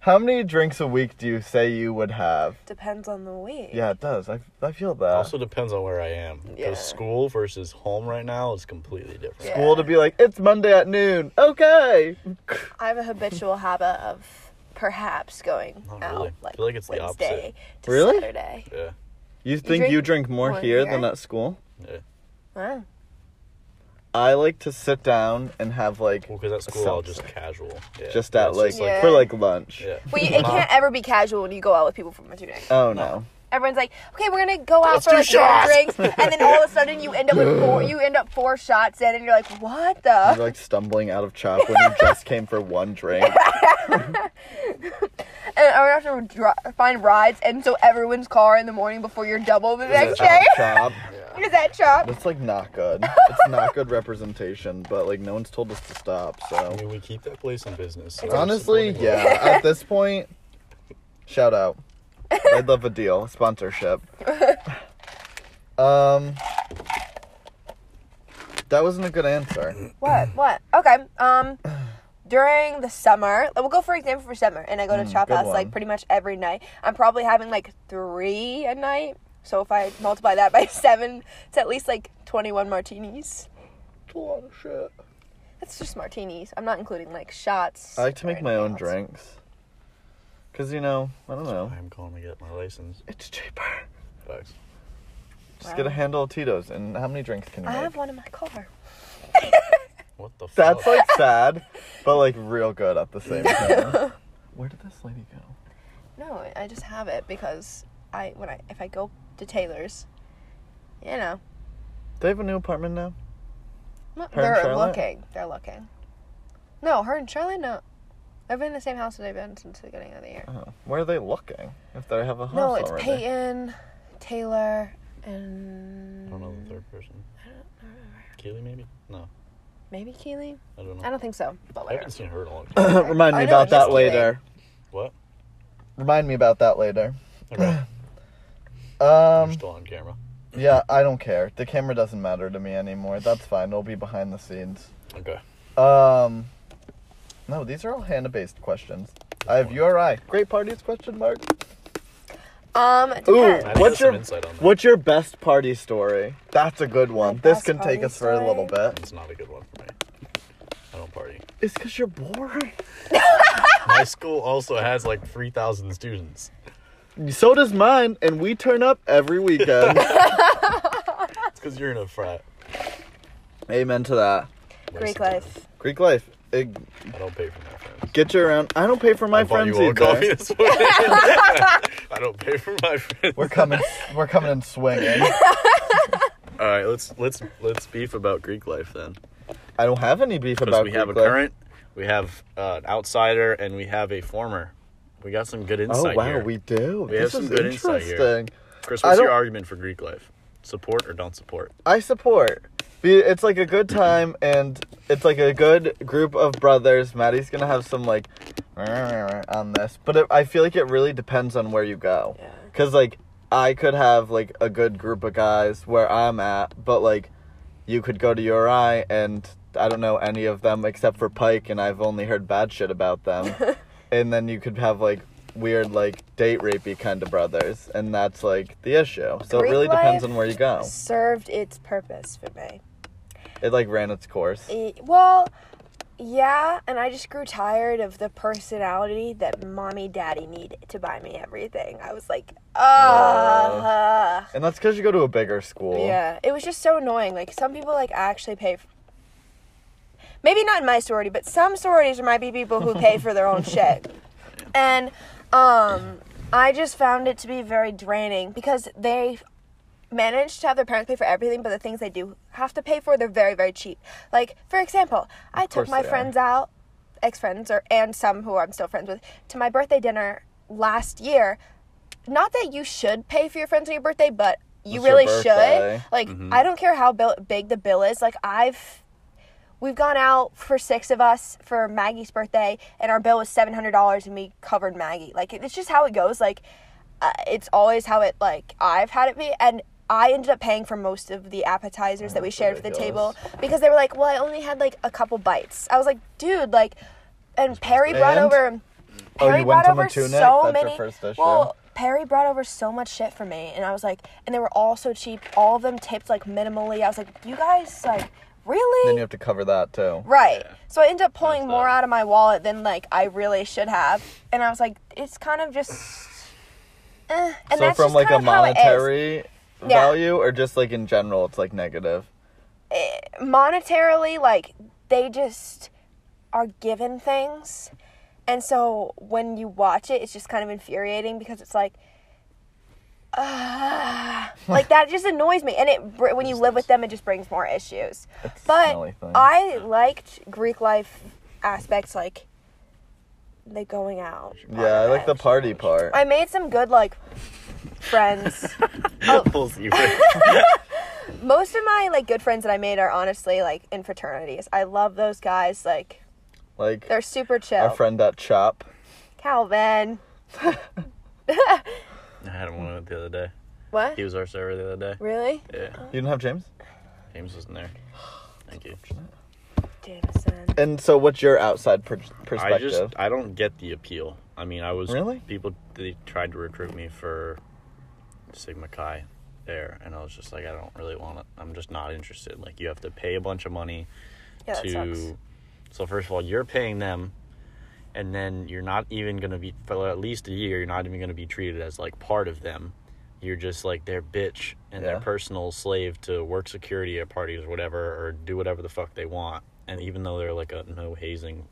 [SPEAKER 1] How many drinks a week do you say you would have?
[SPEAKER 3] Depends on the week.
[SPEAKER 1] Yeah, it does. I, I feel that.
[SPEAKER 2] Also depends on where I am. Because
[SPEAKER 3] Yeah.
[SPEAKER 2] school versus home right now is completely different.
[SPEAKER 3] Yeah.
[SPEAKER 1] Cool to be like, It's Monday at noon. Okay.
[SPEAKER 3] I have a habitual habit of perhaps going
[SPEAKER 2] Not
[SPEAKER 3] out
[SPEAKER 2] Oh, really.
[SPEAKER 3] like
[SPEAKER 2] I feel like it's the
[SPEAKER 3] Wednesday
[SPEAKER 2] opposite.
[SPEAKER 3] to
[SPEAKER 1] Really?
[SPEAKER 3] Saturday.
[SPEAKER 2] Yeah.
[SPEAKER 1] You think
[SPEAKER 3] drink
[SPEAKER 1] you drink more,
[SPEAKER 3] more
[SPEAKER 1] here
[SPEAKER 3] here?
[SPEAKER 1] than at school?
[SPEAKER 2] yeah.
[SPEAKER 3] Huh.
[SPEAKER 1] I like to sit down and have like
[SPEAKER 2] Well, because at school, I'll just casual. Yeah.
[SPEAKER 1] just at
[SPEAKER 2] It's
[SPEAKER 1] like,
[SPEAKER 3] like-
[SPEAKER 1] for
[SPEAKER 3] Yeah.
[SPEAKER 1] like lunch.
[SPEAKER 2] yeah.
[SPEAKER 3] Well, you, it can't ever be casual when you go out with people from Matune.
[SPEAKER 1] Oh no.
[SPEAKER 3] Everyone's like, okay, we're gonna go out
[SPEAKER 2] Let's
[SPEAKER 3] for
[SPEAKER 2] do
[SPEAKER 3] like
[SPEAKER 2] shots."
[SPEAKER 3] one drinks, and then all of a sudden you end up with four. You end up four shots in, and you're like, what the?
[SPEAKER 1] You're like stumbling out of chop when you just came for one drink.
[SPEAKER 3] And I'm gonna have to dri- find rides, and so everyone's car in the morning before your double the next day.
[SPEAKER 1] Chop.
[SPEAKER 3] Is that chop?
[SPEAKER 1] It's like not good. It's not good representation, but like no one's told us to stop,
[SPEAKER 2] I
[SPEAKER 1] so
[SPEAKER 2] mean, we keep that place in business. so
[SPEAKER 1] honestly,
[SPEAKER 2] it's supporting
[SPEAKER 1] yeah. At this point, shout out. I'd love a deal. Sponsorship. Um That wasn't a good answer.
[SPEAKER 3] What? What? Okay. Um, during the summer, we'll go for example for summer, and I go to Chop
[SPEAKER 1] Mm, good
[SPEAKER 3] House like
[SPEAKER 1] one.
[SPEAKER 3] pretty much every night. I'm probably having like three a night. So if I multiply that by seven, it's at least like 21 martinis.
[SPEAKER 1] It's a lot of shit.
[SPEAKER 3] That's just martinis. I'm not including like shots.
[SPEAKER 1] I like to
[SPEAKER 3] or
[SPEAKER 1] make my
[SPEAKER 3] anything
[SPEAKER 1] own
[SPEAKER 3] else.
[SPEAKER 1] drinks. Cause you know, I don't know.
[SPEAKER 2] I'm going to get my license.
[SPEAKER 1] It's cheaper.
[SPEAKER 2] Facts.
[SPEAKER 1] Just get a
[SPEAKER 3] Wow.
[SPEAKER 1] handle of Tito's, and how many drinks can you
[SPEAKER 3] I
[SPEAKER 1] make?
[SPEAKER 3] have one in my car.
[SPEAKER 2] What the
[SPEAKER 1] That's
[SPEAKER 2] fuck?
[SPEAKER 1] like sad, but like real good at the same time. Where did this lady go?
[SPEAKER 3] No, I just have it because I when I if I go to Taylor's, you know,
[SPEAKER 1] They have a new apartment now.
[SPEAKER 3] Not-
[SPEAKER 1] Her and
[SPEAKER 3] they're
[SPEAKER 1] Charlotte?
[SPEAKER 3] looking. They're looking. No, her and Charlotte. No, they've been in the same house that they've been since the beginning of the year.
[SPEAKER 1] Oh, where are they looking? If they have a house
[SPEAKER 3] no, it's
[SPEAKER 1] already.
[SPEAKER 3] Peyton, Taylor,
[SPEAKER 2] I
[SPEAKER 3] and
[SPEAKER 2] don't know the third person. Keely, maybe? No.
[SPEAKER 3] maybe Keely.
[SPEAKER 2] I don't know.
[SPEAKER 3] I don't think so. But
[SPEAKER 2] I
[SPEAKER 3] whatever.
[SPEAKER 2] haven't seen her in a long time.
[SPEAKER 1] Remind me
[SPEAKER 3] I know,
[SPEAKER 1] about that
[SPEAKER 3] just kidding.
[SPEAKER 1] later.
[SPEAKER 2] What?
[SPEAKER 1] Remind me about that later.
[SPEAKER 2] Okay. We're
[SPEAKER 1] Um,
[SPEAKER 2] still on camera.
[SPEAKER 1] yeah, I don't care. The camera doesn't matter to me anymore. That's fine. It'll be behind the scenes.
[SPEAKER 2] Okay.
[SPEAKER 1] Um, no, these are all Hannah-based questions. I have URI. Great parties? Question mark.
[SPEAKER 3] Um, it
[SPEAKER 1] Ooh,
[SPEAKER 3] depends.
[SPEAKER 2] I think
[SPEAKER 1] what's
[SPEAKER 2] there's some
[SPEAKER 1] your
[SPEAKER 2] insight on that.
[SPEAKER 1] what's your best party story? That's a good one.
[SPEAKER 3] My
[SPEAKER 1] This
[SPEAKER 3] best
[SPEAKER 1] can take
[SPEAKER 3] party
[SPEAKER 1] us for a little bit.
[SPEAKER 2] It's not a good one for me. I don't party.
[SPEAKER 1] It's because you're boring.
[SPEAKER 2] My school also has like 3,000 students.
[SPEAKER 1] So does mine, and we turn up every weekend.
[SPEAKER 2] It's because you're in a frat.
[SPEAKER 1] Amen to that.
[SPEAKER 3] Greek life.
[SPEAKER 1] Greek life. It
[SPEAKER 2] I don't pay for my friends.
[SPEAKER 1] gets you around. I don't pay for my
[SPEAKER 2] I bought
[SPEAKER 1] friends
[SPEAKER 2] you all coffee
[SPEAKER 1] either.
[SPEAKER 2] this morning. I don't pay for my friends.
[SPEAKER 1] We're coming. We're coming and swinging.
[SPEAKER 2] All right, let's let's let's beef about Greek life then.
[SPEAKER 1] I don't have any beef
[SPEAKER 2] Because
[SPEAKER 1] about
[SPEAKER 2] we have a
[SPEAKER 1] Greek life.
[SPEAKER 2] current, we have uh, an outsider, and we have a former. We got some good
[SPEAKER 1] Oh
[SPEAKER 2] insight
[SPEAKER 1] wow,
[SPEAKER 2] here.
[SPEAKER 1] we do.
[SPEAKER 2] We
[SPEAKER 1] this
[SPEAKER 2] have some
[SPEAKER 1] is
[SPEAKER 2] good insight
[SPEAKER 1] interesting.
[SPEAKER 2] here. Chris,
[SPEAKER 1] I
[SPEAKER 2] what's your
[SPEAKER 1] don't-
[SPEAKER 2] argument for Greek life? Support or don't support?
[SPEAKER 1] I support. Be- It's like a good time, and it's like a good group of brothers. Maddie's gonna have some like on this, but it, I feel like it really depends on where you go.
[SPEAKER 3] Yeah.
[SPEAKER 1] Cause like I could have like a good group of guys where I'm at, but like you could go to URI, and I don't know any of them except for Pike, and I've only heard bad shit about them. and then you could have like weird like date rapey kind of brothers, and that's like the issue. So
[SPEAKER 3] Greek
[SPEAKER 1] it really depends
[SPEAKER 3] life
[SPEAKER 1] on where you go.
[SPEAKER 3] Served its purpose for me.
[SPEAKER 1] It like ran its course.
[SPEAKER 3] E- Well, yeah, and I just grew tired of the personality that mommy daddy need to buy me everything. I was like, ah.
[SPEAKER 1] And that's because you go to a bigger school.
[SPEAKER 3] Yeah, it was just so annoying. Like some people like actually pay. For... Maybe not in my sorority, but some sororities there might be people who pay for their own shit, and um, I just found it to be very draining because they manage to have their parents pay for everything, but the things they do have to pay for, they're very very cheap. Like for example, I took
[SPEAKER 1] course
[SPEAKER 3] my
[SPEAKER 1] they are.
[SPEAKER 3] friends out, ex friends or and some who I'm still friends with, to my birthday dinner last year. Not that you should pay for your friends on your birthday, but you
[SPEAKER 1] It's your
[SPEAKER 3] really
[SPEAKER 1] birthday. Mm-hmm.
[SPEAKER 3] should. Like I don't care how bill- big the bill is. Like I've we've gone out for six of us for Maggie's birthday, and our bill was seven hundred dollars, and we covered Maggie. Like it's just how it goes. Like uh, it's always how it like I've had it be, and I ended up paying for most of the appetizers that we shared for the table
[SPEAKER 1] ridiculous.
[SPEAKER 3] because they were like, well, I only had like a couple bites. I was like, dude, like, and Perry brought
[SPEAKER 1] And?
[SPEAKER 3] over.
[SPEAKER 1] Oh,
[SPEAKER 3] Perry
[SPEAKER 1] you went
[SPEAKER 3] brought
[SPEAKER 1] to
[SPEAKER 3] over
[SPEAKER 1] Matuna?
[SPEAKER 3] so
[SPEAKER 1] That's your
[SPEAKER 3] many.
[SPEAKER 1] first issue?
[SPEAKER 3] Well, Perry brought over so much shit for me, and I was like, and they were all so cheap. All of them tipped like minimally. I was like, you guys like really?
[SPEAKER 1] Then you have to cover that too.
[SPEAKER 3] Right. So I ended up pulling
[SPEAKER 2] That's
[SPEAKER 3] more
[SPEAKER 2] that.
[SPEAKER 3] out of my wallet than like I really should have, and I was like, it's kind of just. Eh.
[SPEAKER 1] so
[SPEAKER 3] And that's
[SPEAKER 1] from
[SPEAKER 3] just
[SPEAKER 1] like a
[SPEAKER 3] kind of how it is.
[SPEAKER 1] monetary
[SPEAKER 3] Yeah.
[SPEAKER 1] value or just like in general it's like negative.
[SPEAKER 3] monetarily like they just are given things and so when you watch it it's just kind of infuriating because it's like ah, like that just annoys me and it br- when you live with them it just brings more issues
[SPEAKER 1] It's a
[SPEAKER 3] but
[SPEAKER 1] smelly thing.
[SPEAKER 3] i liked greek life aspects like the going out part
[SPEAKER 1] yeah, I
[SPEAKER 3] of
[SPEAKER 1] like
[SPEAKER 3] it.
[SPEAKER 1] the party part.
[SPEAKER 3] i made some good like friends
[SPEAKER 2] Pulls you
[SPEAKER 3] most of my like good friends that I made are honestly like in fraternities. I love those guys. Like
[SPEAKER 1] like
[SPEAKER 3] they're super chill.
[SPEAKER 1] our friend at Chop.
[SPEAKER 3] Calvin.
[SPEAKER 2] I had one the other day.
[SPEAKER 3] What?
[SPEAKER 2] He was our server the other day.
[SPEAKER 3] Really?
[SPEAKER 2] Yeah,
[SPEAKER 1] You didn't have James?
[SPEAKER 2] James wasn't there. Thank you.
[SPEAKER 3] Jamison.
[SPEAKER 1] And so what's your outside per- perspective?
[SPEAKER 2] I just I don't get the appeal. I mean, I was
[SPEAKER 1] Really?
[SPEAKER 2] people they tried to recruit me for Sigma Chi there, and I was just like, I don't really want it. I'm just not interested. Like, you have to pay a bunch of money
[SPEAKER 3] Yeah, that
[SPEAKER 2] to.
[SPEAKER 3] sucks.
[SPEAKER 2] So first of all, you're paying them, and then you're not even gonna be for at least a year. You're not even gonna be treated as like part of them. You're just like their bitch and
[SPEAKER 1] Yeah.
[SPEAKER 2] their personal slave to work security at parties or whatever, or do whatever the fuck they want. And even though they're like a no hazing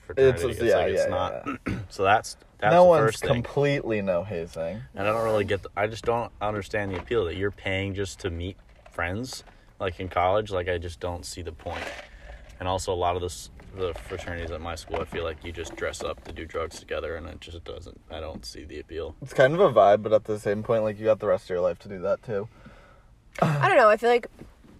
[SPEAKER 1] it's,
[SPEAKER 2] fraternity, it's,
[SPEAKER 1] yeah,
[SPEAKER 2] like
[SPEAKER 1] yeah,
[SPEAKER 2] it's
[SPEAKER 1] yeah,
[SPEAKER 2] not.
[SPEAKER 1] yeah.
[SPEAKER 2] So that's that's
[SPEAKER 1] No
[SPEAKER 2] the
[SPEAKER 1] one's
[SPEAKER 2] first thing.
[SPEAKER 1] completely no hazing.
[SPEAKER 2] and I don't really get. The, I just don't understand the appeal that you're paying just to meet friends, like in college. Like I just don't see the point. And also, a lot of this, the fraternities at my school, I feel like you just dress up to do drugs together, and it just doesn't. I don't see the appeal.
[SPEAKER 1] It's kind of a vibe, but at the same point like you got the rest of your life to do that too.
[SPEAKER 3] I don't know. I feel like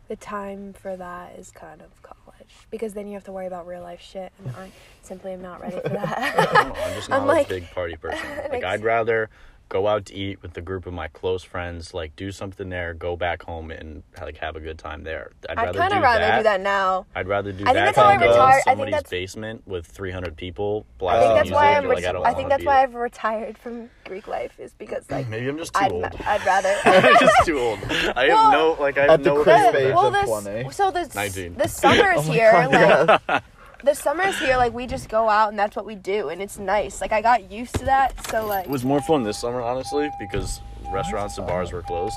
[SPEAKER 3] the time for that is kind of college because then you have to worry about real life shit, and I simply am not ready for that.
[SPEAKER 2] I don't know, I'm just not
[SPEAKER 3] I'm
[SPEAKER 2] a
[SPEAKER 3] like-
[SPEAKER 2] big party person. Like
[SPEAKER 3] makes-
[SPEAKER 2] I'd rather go out to eat with a group of my close friends, like do something there, go back home and like have a good time there. I'd
[SPEAKER 3] I'd
[SPEAKER 2] rather
[SPEAKER 3] kind
[SPEAKER 2] do,
[SPEAKER 3] of rather
[SPEAKER 2] that.
[SPEAKER 3] do that now.
[SPEAKER 2] I'd rather do
[SPEAKER 3] I think
[SPEAKER 2] that
[SPEAKER 3] that's how I
[SPEAKER 2] than go
[SPEAKER 3] retired- I
[SPEAKER 2] to
[SPEAKER 3] think
[SPEAKER 2] somebody's
[SPEAKER 3] that's-
[SPEAKER 2] basement with 300 people
[SPEAKER 3] I
[SPEAKER 2] blasting
[SPEAKER 3] think that's
[SPEAKER 2] music.
[SPEAKER 3] why I'm.
[SPEAKER 2] You're like,
[SPEAKER 3] ret-
[SPEAKER 2] I, don't
[SPEAKER 3] I think
[SPEAKER 2] wanna
[SPEAKER 3] that's
[SPEAKER 2] be
[SPEAKER 3] why
[SPEAKER 2] there.
[SPEAKER 3] I've retired from Greek life is because like
[SPEAKER 2] Maybe I'm just too
[SPEAKER 3] I'd,
[SPEAKER 2] old.
[SPEAKER 3] I'd rather.
[SPEAKER 2] I'm just too old. I have
[SPEAKER 3] Well,
[SPEAKER 2] no like I have
[SPEAKER 1] At the
[SPEAKER 2] no
[SPEAKER 1] crisp
[SPEAKER 3] Yeah,
[SPEAKER 1] age.
[SPEAKER 3] well,
[SPEAKER 1] of
[SPEAKER 3] this
[SPEAKER 1] 20.
[SPEAKER 3] so this
[SPEAKER 2] 19.
[SPEAKER 3] this summer is
[SPEAKER 1] Oh my
[SPEAKER 3] here.
[SPEAKER 1] God,
[SPEAKER 3] like
[SPEAKER 1] yeah.
[SPEAKER 3] the summer is here. Like we just go out and that's what we do, and it's nice. Like I got used to that. So like
[SPEAKER 2] It was more fun this summer, honestly, because restaurants and bars were closed.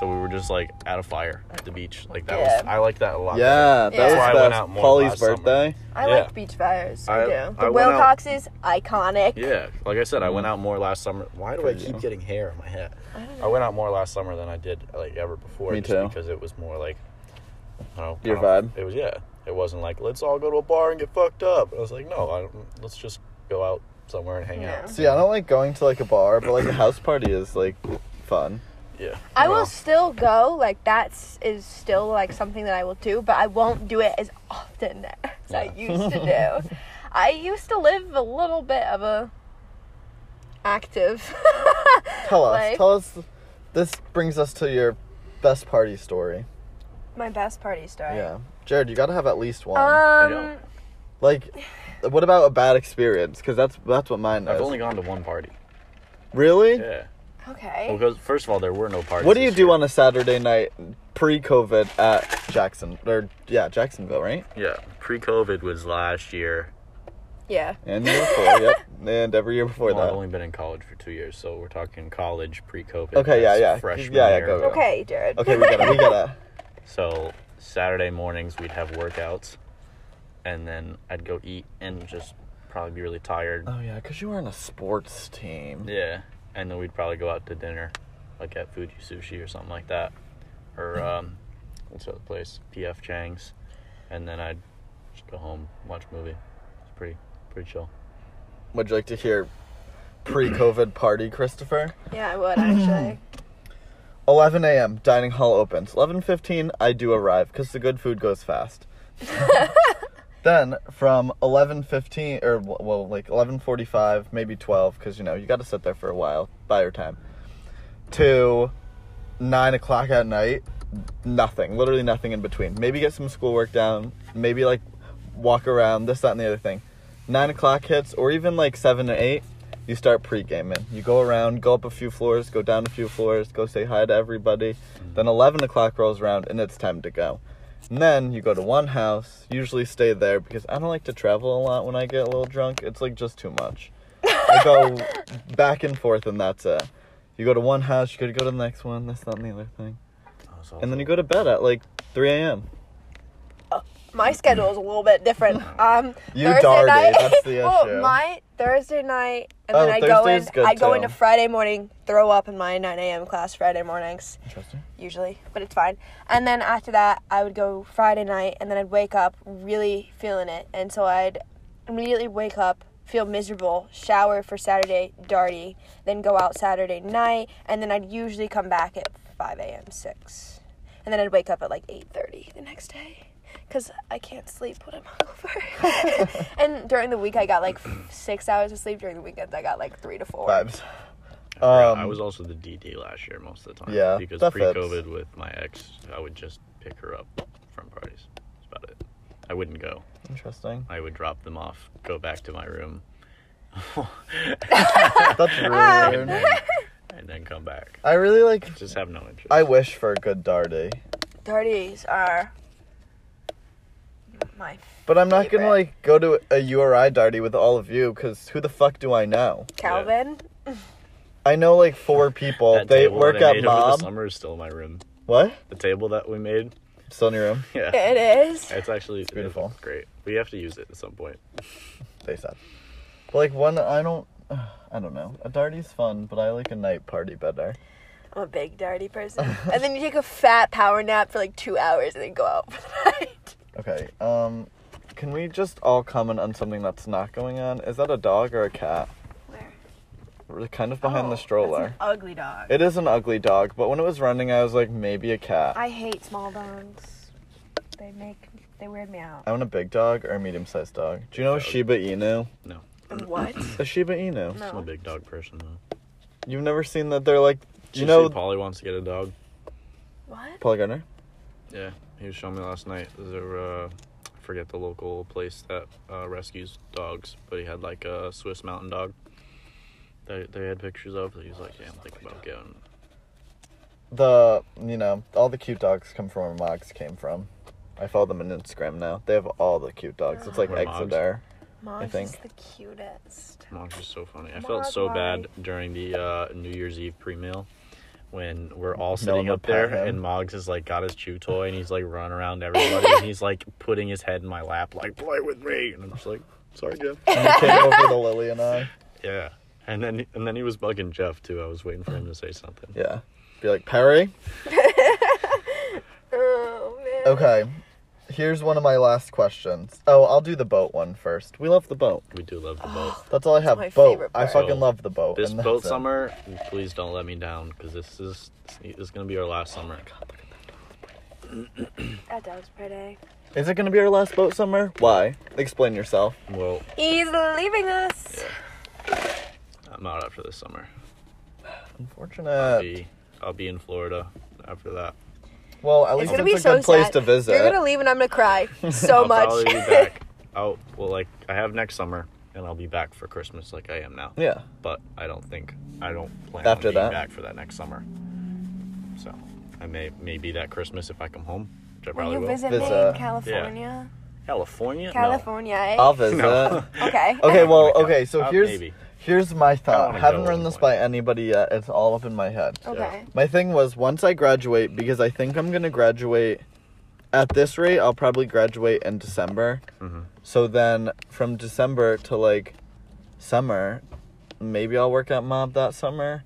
[SPEAKER 2] So we were just like at a fire at the beach. Like that was
[SPEAKER 3] Yeah.
[SPEAKER 2] I like that a lot.
[SPEAKER 1] Yeah, that
[SPEAKER 3] Yeah. That's why
[SPEAKER 2] I
[SPEAKER 1] was
[SPEAKER 2] went
[SPEAKER 1] best.
[SPEAKER 2] out more
[SPEAKER 1] Polly's
[SPEAKER 2] last summer.
[SPEAKER 1] birthday.
[SPEAKER 3] I
[SPEAKER 2] yeah.
[SPEAKER 3] like beach fires. I,
[SPEAKER 2] I-
[SPEAKER 3] do. The
[SPEAKER 2] I went out-
[SPEAKER 3] Wilcoxes iconic.
[SPEAKER 2] Yeah, like I said, I
[SPEAKER 1] Mm-hmm.
[SPEAKER 2] went out more last summer. Why do I keep getting hair on my head? I, went out more last summer than I did like ever before.
[SPEAKER 1] Me
[SPEAKER 2] just
[SPEAKER 1] too.
[SPEAKER 2] Because it was more like, I don't know,
[SPEAKER 1] Your
[SPEAKER 2] kind of-
[SPEAKER 1] vibe?
[SPEAKER 2] It was yeah. It wasn't like let's all go to a bar and get fucked up. I was like, no, I don't, let's just go out somewhere and hang
[SPEAKER 3] Yeah.
[SPEAKER 2] out.
[SPEAKER 1] See, I don't like going to like a bar, but like a house party is like fun.
[SPEAKER 2] Yeah.
[SPEAKER 3] I will
[SPEAKER 2] Well,
[SPEAKER 3] still go. Like that's is still like something that I will do, but I won't do it as often as I
[SPEAKER 2] Yeah.
[SPEAKER 3] used to do. I used to live a little bit of a active.
[SPEAKER 1] Tell us,
[SPEAKER 3] Like-
[SPEAKER 1] tell us. This brings us to your best party story.
[SPEAKER 3] My best party story.
[SPEAKER 1] Yeah, Jared, you got to have at least one.
[SPEAKER 3] Um.
[SPEAKER 2] Yeah.
[SPEAKER 1] like, what about a bad experience? Because that's that's what mine is.
[SPEAKER 2] I've only gone to one party.
[SPEAKER 1] really?
[SPEAKER 2] Yeah.
[SPEAKER 3] Okay.
[SPEAKER 2] Well, because first of all, there were no parties.
[SPEAKER 1] What do you
[SPEAKER 2] this
[SPEAKER 1] do
[SPEAKER 2] year.
[SPEAKER 1] on a Saturday night pre-COVID at Jackson or yeah Jacksonville, right?
[SPEAKER 2] Yeah, pre-COVID was last year.
[SPEAKER 3] Yeah.
[SPEAKER 1] And year before, yep, and every year before
[SPEAKER 2] Well, I've
[SPEAKER 1] that.
[SPEAKER 2] only been in college for two years, so we're talking college pre-COVID.
[SPEAKER 1] Okay, yeah,
[SPEAKER 2] that's
[SPEAKER 1] yeah.
[SPEAKER 2] Freshman
[SPEAKER 1] Yeah, yeah,
[SPEAKER 2] year.
[SPEAKER 1] go, go.
[SPEAKER 3] Okay, Jared.
[SPEAKER 1] Okay, we gotta, we gotta.
[SPEAKER 2] So Saturday mornings we'd have workouts, and then I'd go eat and just probably be really tired.
[SPEAKER 1] Oh yeah, because you were on a sports team.
[SPEAKER 2] Yeah, and then we'd probably go out to dinner, like at Fuji Sushi or something like that, or
[SPEAKER 1] Uh-huh.
[SPEAKER 2] um, what's the other place? PF Chang's, and then I'd just go home, watch a movie. It's pretty pretty chill.
[SPEAKER 1] Would you like to hear pre-COVID party, Christopher?
[SPEAKER 3] Yeah, I would actually.
[SPEAKER 1] 11 a.m. Dining hall opens. 11:15 I do arrive because the good food goes fast. then from 11:15 or w- well like 11:45 maybe 12 because you know you got to sit there for a while buy your time to nine o'clock at night nothing literally nothing in between maybe get some schoolwork down maybe like walk around this that and the other thing nine o'clock hits or even like seven to eight you start pre-gaming you go around go up a few floors go down a few floors go say hi to everybody then 11 o'clock rolls around and it's time to go and then you go to one house usually stay there because i don't like to travel a lot when i get a little drunk it's like just too much i go back and forth and that's it you go to one house you gotta go to the next one this that and the other thing and then you go to bed at like 3 a.m
[SPEAKER 3] My schedule is a little bit different. Um,
[SPEAKER 1] You
[SPEAKER 3] Thursday
[SPEAKER 1] darted,
[SPEAKER 3] night.
[SPEAKER 1] that's the issue.
[SPEAKER 3] Well, my Thursday night, and
[SPEAKER 1] Oh,
[SPEAKER 3] then I go in.
[SPEAKER 1] Thursday's good
[SPEAKER 3] I go
[SPEAKER 1] too.
[SPEAKER 3] into Friday morning, throw up in my 9 a.m. class Friday mornings
[SPEAKER 1] interesting
[SPEAKER 3] usually, but it's fine. And then after that, I would go Friday night, and then I'd wake up really feeling it, and so I'd immediately wake up, feel miserable, shower for Saturday darty, then go out Saturday night, and then I'd usually come back at 5 a.m. 6, and then I'd wake up at like 8:30 the next day. Cause I can't sleep when I'm hungover, and during the week I got like six hours of sleep. During the weekends I got like three to four.
[SPEAKER 1] vibes
[SPEAKER 2] Yeah,
[SPEAKER 1] Um,
[SPEAKER 2] I was also the DD last year most of the time.
[SPEAKER 1] Yeah,
[SPEAKER 2] Because
[SPEAKER 1] that
[SPEAKER 2] pre
[SPEAKER 1] fits.
[SPEAKER 2] COVID with my ex, I would just pick her up from parties. That's about it. I wouldn't go.
[SPEAKER 1] interesting
[SPEAKER 2] I would drop them off, go back to my room,
[SPEAKER 1] that's really
[SPEAKER 2] and
[SPEAKER 1] weird
[SPEAKER 2] then, and then come back.
[SPEAKER 1] i really like
[SPEAKER 2] Just have no interest.
[SPEAKER 1] i wish for a good darty
[SPEAKER 3] Darties are my
[SPEAKER 1] but i'm not gonna
[SPEAKER 3] Favorite.
[SPEAKER 1] like go to a uri darty with all of you because who the fuck do i know
[SPEAKER 3] Calvin.
[SPEAKER 1] i know like four people
[SPEAKER 2] That
[SPEAKER 1] they
[SPEAKER 2] table
[SPEAKER 1] work
[SPEAKER 2] that I
[SPEAKER 1] at
[SPEAKER 2] made over the
[SPEAKER 1] mob
[SPEAKER 2] summer is still in my room.
[SPEAKER 1] what
[SPEAKER 2] The table that we made,
[SPEAKER 1] still in your room
[SPEAKER 2] yeah,
[SPEAKER 3] It is.
[SPEAKER 2] it's actually it
[SPEAKER 1] beautiful.
[SPEAKER 2] is great. We have to use it at some point.
[SPEAKER 1] they said but like one i don't i don't know a darty's fun but i like a night party better
[SPEAKER 3] I'm a big darty person. and then you take a fat power nap for like two hours and then go out for the night.
[SPEAKER 1] Okay. Um, can we just all comment on something that's not going on? Is that a dog or a cat?
[SPEAKER 3] Where?
[SPEAKER 1] We're kind of behind the
[SPEAKER 3] Oh, that's an
[SPEAKER 1] stroller.
[SPEAKER 3] ugly dog.
[SPEAKER 1] It is an ugly dog, but when it was running, I was like, maybe a cat. I,
[SPEAKER 3] I hate small dogs. They make they weird me out.
[SPEAKER 1] want a big dog or a medium-sized dog. Do you know a
[SPEAKER 2] Dog.
[SPEAKER 1] Shiba Inu?
[SPEAKER 2] No,
[SPEAKER 3] And what?
[SPEAKER 1] A Shiba Inu.
[SPEAKER 3] No.
[SPEAKER 2] I'm a big dog person though.
[SPEAKER 1] You've never seen that they're like,
[SPEAKER 2] Did
[SPEAKER 1] you know,
[SPEAKER 2] see Polly wants to get a dog.
[SPEAKER 3] What?
[SPEAKER 1] Paul Gardner?
[SPEAKER 2] Yeah, he was showing me last night. There's a, uh, I forget the local place that uh, rescues dogs, but he had like a Swiss Mountain Dog. They they had pictures of. He was like, yeah, I'm thinking about getting.
[SPEAKER 1] The, you know, all the cute dogs come from where Mogs came from. I follow them on Instagram now. They have all the cute dogs. It's like
[SPEAKER 2] Where Moggs?
[SPEAKER 1] Exodare.
[SPEAKER 3] Mom
[SPEAKER 1] think.
[SPEAKER 3] is the cutest.
[SPEAKER 2] Mom's just so funny. I
[SPEAKER 3] Come
[SPEAKER 2] felt
[SPEAKER 3] on,
[SPEAKER 2] so
[SPEAKER 3] Molly.
[SPEAKER 2] bad during the uh, New Year's Eve pre meal when we're all
[SPEAKER 1] No one
[SPEAKER 2] sitting
[SPEAKER 1] would
[SPEAKER 2] up there
[SPEAKER 1] pat him.
[SPEAKER 2] and Moggs has like got his chew toy and he's like running around everybody and he's like putting his head in my lap like play with me and I'm just like sorry Jeff.
[SPEAKER 1] And he came over to Lily and I.
[SPEAKER 2] yeah. And then and then he was bugging Jeff too. I was waiting for him to say something.
[SPEAKER 1] Yeah. Be like, Perry?
[SPEAKER 3] Oh man.
[SPEAKER 1] Okay. Here's one of my last questions. Oh, I'll do the boat one first. We love the boat.
[SPEAKER 2] We do love the boat.
[SPEAKER 1] That's all I have.
[SPEAKER 3] my
[SPEAKER 1] boat.
[SPEAKER 3] favorite
[SPEAKER 1] I
[SPEAKER 3] part.
[SPEAKER 1] fucking love the boat.
[SPEAKER 2] This
[SPEAKER 1] Oh. and that's
[SPEAKER 2] boat
[SPEAKER 1] it.
[SPEAKER 2] summer, please don't let me down because this is this is gonna be our last summer.
[SPEAKER 1] Oh.
[SPEAKER 3] That dog's pretty.
[SPEAKER 1] Is it gonna be our last boat summer? Why? Explain yourself.
[SPEAKER 2] Well,
[SPEAKER 3] He's leaving us.
[SPEAKER 2] I'm out after this summer.
[SPEAKER 1] Unfortunate.
[SPEAKER 2] Be- I'll be in Florida after that.
[SPEAKER 1] Well, at least
[SPEAKER 3] It's
[SPEAKER 1] it's,
[SPEAKER 3] gonna be
[SPEAKER 1] a
[SPEAKER 3] so
[SPEAKER 1] good place
[SPEAKER 3] sad.
[SPEAKER 1] to visit.
[SPEAKER 3] You're gonna leave and I'm gonna cry so
[SPEAKER 2] I'll
[SPEAKER 3] much.
[SPEAKER 2] probably be back. Oh well, like I have next summer, and I'll be back for Christmas like I am now.
[SPEAKER 1] Yeah.
[SPEAKER 2] But I don't think I don't plan
[SPEAKER 1] After
[SPEAKER 2] on being
[SPEAKER 1] that?
[SPEAKER 2] back for that next summer. So I may maybe that Christmas if I come home, which I probably will.
[SPEAKER 1] Visit. in
[SPEAKER 2] California? California, No.
[SPEAKER 3] California. eh?
[SPEAKER 1] I'll visit.
[SPEAKER 2] No.
[SPEAKER 3] Okay.
[SPEAKER 1] Okay, well,
[SPEAKER 2] Oh my God.
[SPEAKER 1] okay, so
[SPEAKER 2] Uh,
[SPEAKER 1] here's
[SPEAKER 2] maybe.
[SPEAKER 1] here's my thought.
[SPEAKER 2] wanna
[SPEAKER 1] haven't
[SPEAKER 2] go
[SPEAKER 1] run this by
[SPEAKER 2] anyway.
[SPEAKER 1] anybody yet. It's all up in my head.
[SPEAKER 3] Okay.
[SPEAKER 1] My thing was once I graduate, because I think I'm gonna graduate at this rate, I'll probably graduate in December. So then from December to like summer, maybe I'll work at Mob that summer.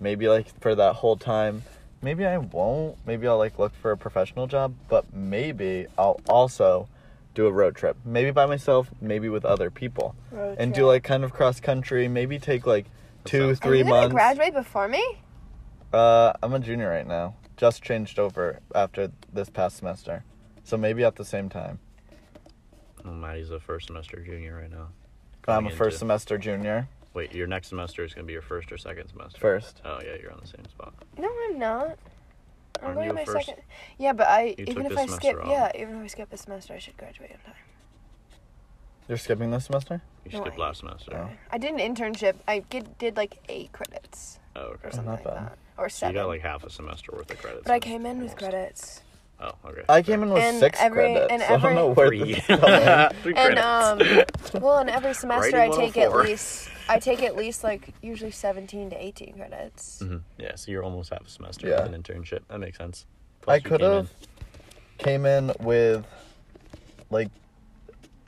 [SPEAKER 1] Maybe like for that whole time. Maybe I won't. Maybe I'll like look for a professional job, but maybe I'll also do a road trip. Maybe by myself, maybe with other people.
[SPEAKER 3] Road
[SPEAKER 1] and
[SPEAKER 3] trip.
[SPEAKER 1] do like kind of cross country, maybe take like two,
[SPEAKER 2] sounds-
[SPEAKER 3] Are
[SPEAKER 1] three
[SPEAKER 3] you
[SPEAKER 1] months.
[SPEAKER 3] gonna graduate before me?
[SPEAKER 1] Uh, I'm a junior right now. Just changed over after this past semester, so maybe at the same time.
[SPEAKER 2] Well, Oh, Maddie's a first semester junior right now.
[SPEAKER 1] I'm a
[SPEAKER 2] Coming
[SPEAKER 1] first
[SPEAKER 2] into-
[SPEAKER 1] semester junior.
[SPEAKER 2] Wait, your next semester is gonna be your first or second semester?
[SPEAKER 1] First.
[SPEAKER 2] Oh yeah, you're on the same spot.
[SPEAKER 3] No, I'm not. I'm
[SPEAKER 2] Aren't
[SPEAKER 3] going
[SPEAKER 2] you
[SPEAKER 3] to my
[SPEAKER 2] a first-
[SPEAKER 3] second. Yeah, but I
[SPEAKER 2] You
[SPEAKER 3] even
[SPEAKER 2] took
[SPEAKER 3] if
[SPEAKER 2] this
[SPEAKER 3] I
[SPEAKER 2] semester
[SPEAKER 3] skip,
[SPEAKER 2] off.
[SPEAKER 3] yeah, even if I skip this semester, I should graduate on time.
[SPEAKER 1] You're skipping this semester?
[SPEAKER 2] You
[SPEAKER 3] No,
[SPEAKER 2] skipped
[SPEAKER 3] I-
[SPEAKER 2] last semester.
[SPEAKER 1] Oh.
[SPEAKER 3] I did an internship. I get, did like eight credits
[SPEAKER 2] Oh, okay.
[SPEAKER 3] or something
[SPEAKER 1] not
[SPEAKER 3] like
[SPEAKER 1] bad.
[SPEAKER 3] that, or
[SPEAKER 2] So you
[SPEAKER 3] seven.
[SPEAKER 2] got like half a semester worth of credits.
[SPEAKER 3] but I
[SPEAKER 2] in,
[SPEAKER 3] came in with
[SPEAKER 2] almost.
[SPEAKER 3] credits.
[SPEAKER 2] Oh, okay.
[SPEAKER 1] I came in with
[SPEAKER 3] And
[SPEAKER 1] six
[SPEAKER 3] every-
[SPEAKER 1] credits.
[SPEAKER 3] and
[SPEAKER 1] I don't
[SPEAKER 3] every-
[SPEAKER 1] know where
[SPEAKER 2] three.
[SPEAKER 1] this is coming.
[SPEAKER 2] Three
[SPEAKER 3] And
[SPEAKER 2] credits.
[SPEAKER 3] um, well, and every semester I
[SPEAKER 2] Writing
[SPEAKER 3] take at
[SPEAKER 2] 104.
[SPEAKER 3] least I take at least like usually seventeen to eighteen
[SPEAKER 1] Mm.
[SPEAKER 3] credits.
[SPEAKER 2] Mhm. Yeah, so you're almost half a semester
[SPEAKER 1] Yeah.
[SPEAKER 2] with an internship. That makes sense.
[SPEAKER 1] I
[SPEAKER 2] you came
[SPEAKER 1] could have
[SPEAKER 2] in-
[SPEAKER 1] came in with like
[SPEAKER 3] I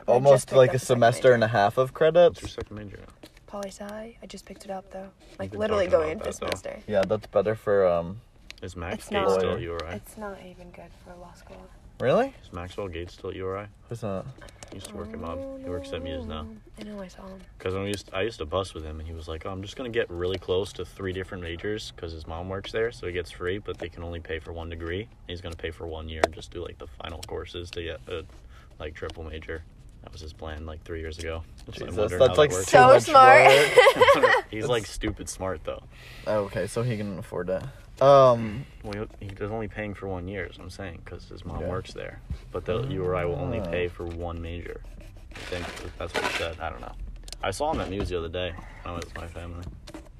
[SPEAKER 3] just
[SPEAKER 1] almost
[SPEAKER 3] picked
[SPEAKER 1] like
[SPEAKER 3] up
[SPEAKER 1] a
[SPEAKER 3] second
[SPEAKER 1] semester
[SPEAKER 3] major.
[SPEAKER 1] and a half of
[SPEAKER 2] What's your
[SPEAKER 1] credits.
[SPEAKER 2] second major?
[SPEAKER 3] Poli sci. I just picked it up though, like
[SPEAKER 2] been
[SPEAKER 3] literally
[SPEAKER 2] talking
[SPEAKER 3] going
[SPEAKER 2] about
[SPEAKER 3] into
[SPEAKER 2] that, though.
[SPEAKER 3] semester.
[SPEAKER 1] Yeah, that's better for um.
[SPEAKER 2] Is Max
[SPEAKER 3] It's
[SPEAKER 2] Gates
[SPEAKER 3] not-
[SPEAKER 2] still
[SPEAKER 1] Lawyer.
[SPEAKER 2] at URI?
[SPEAKER 3] It's not even good for law school.
[SPEAKER 1] Really?
[SPEAKER 2] Is Maxwell Gates still at URI?
[SPEAKER 1] Who's that?
[SPEAKER 2] He used to work at Mob.
[SPEAKER 3] Oh,
[SPEAKER 2] He works at Muse now.
[SPEAKER 3] I know I saw him.
[SPEAKER 2] Because I used I used to bus with him, and he was like, oh, "I'm just gonna get really close to three different majors because his mom works there, so he gets free, but they can only pay for one degree. And he's gonna pay for one year and just do like the final courses to get a like triple major." That was his plan like three years ago. So I'm
[SPEAKER 1] Jesus,
[SPEAKER 2] wondering
[SPEAKER 1] that's
[SPEAKER 2] how
[SPEAKER 1] like
[SPEAKER 2] that works.
[SPEAKER 1] too
[SPEAKER 3] So
[SPEAKER 1] much
[SPEAKER 3] smart.
[SPEAKER 1] work. Oh,
[SPEAKER 2] he's like stupid smart though.
[SPEAKER 1] okay, so he can afford it. Um.
[SPEAKER 2] Well, he- he's only paying for one year, is what I'm saying, because his mom
[SPEAKER 1] Yeah.
[SPEAKER 2] works there. But the URI will only
[SPEAKER 1] Ah.
[SPEAKER 2] pay for one major. I think that's what he said. I don't know. I saw him at Muse the other day. I was with my family.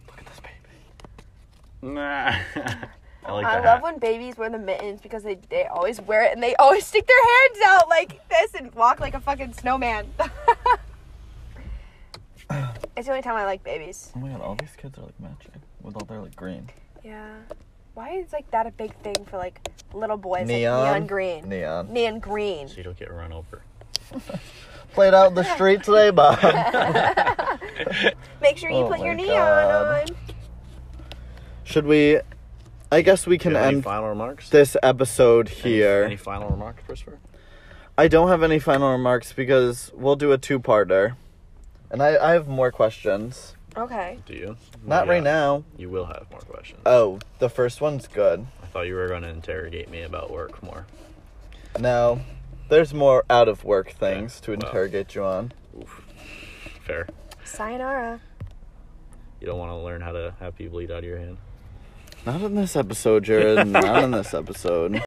[SPEAKER 1] Look at this baby.
[SPEAKER 2] Nah. I like
[SPEAKER 3] I
[SPEAKER 2] that.
[SPEAKER 3] love when babies wear the mittens because they, they always wear it and they always stick their hands out like this and walk like a fucking snowman. it's the only time I like babies.
[SPEAKER 1] Oh my god, all these kids are like matching with all their like green.
[SPEAKER 3] Yeah. Why is like that a big thing for like little boys?
[SPEAKER 1] Neon?
[SPEAKER 3] Like, neon green.
[SPEAKER 1] Neon.
[SPEAKER 3] Neon green.
[SPEAKER 2] So you don't get run over.
[SPEAKER 1] Played out in the street today, Bob.
[SPEAKER 3] Make sure you
[SPEAKER 1] Oh
[SPEAKER 3] put
[SPEAKER 1] my
[SPEAKER 3] your neon
[SPEAKER 1] God.
[SPEAKER 3] on.
[SPEAKER 1] Should we? I guess we can
[SPEAKER 2] Do you have any
[SPEAKER 1] end
[SPEAKER 2] final remarks?
[SPEAKER 1] this episode
[SPEAKER 2] Any-
[SPEAKER 1] here.
[SPEAKER 2] Any final remarks, Christopher?
[SPEAKER 1] I don't have any final remarks because we'll do a two-parter, and I, I have more questions.
[SPEAKER 3] Okay.
[SPEAKER 2] Do you?
[SPEAKER 1] Not
[SPEAKER 2] Yeah.
[SPEAKER 1] right now.
[SPEAKER 2] You will have more questions.
[SPEAKER 1] Oh, the first one's good.
[SPEAKER 2] I thought you were going to interrogate me about work more.
[SPEAKER 1] No, there's more out of work things to
[SPEAKER 2] well.
[SPEAKER 1] interrogate you on.
[SPEAKER 2] Oof. Fair.
[SPEAKER 3] Sayonara.
[SPEAKER 2] You don't want to learn how to have people eat out of your hand.
[SPEAKER 1] Not in this episode, Jared. Not in this episode.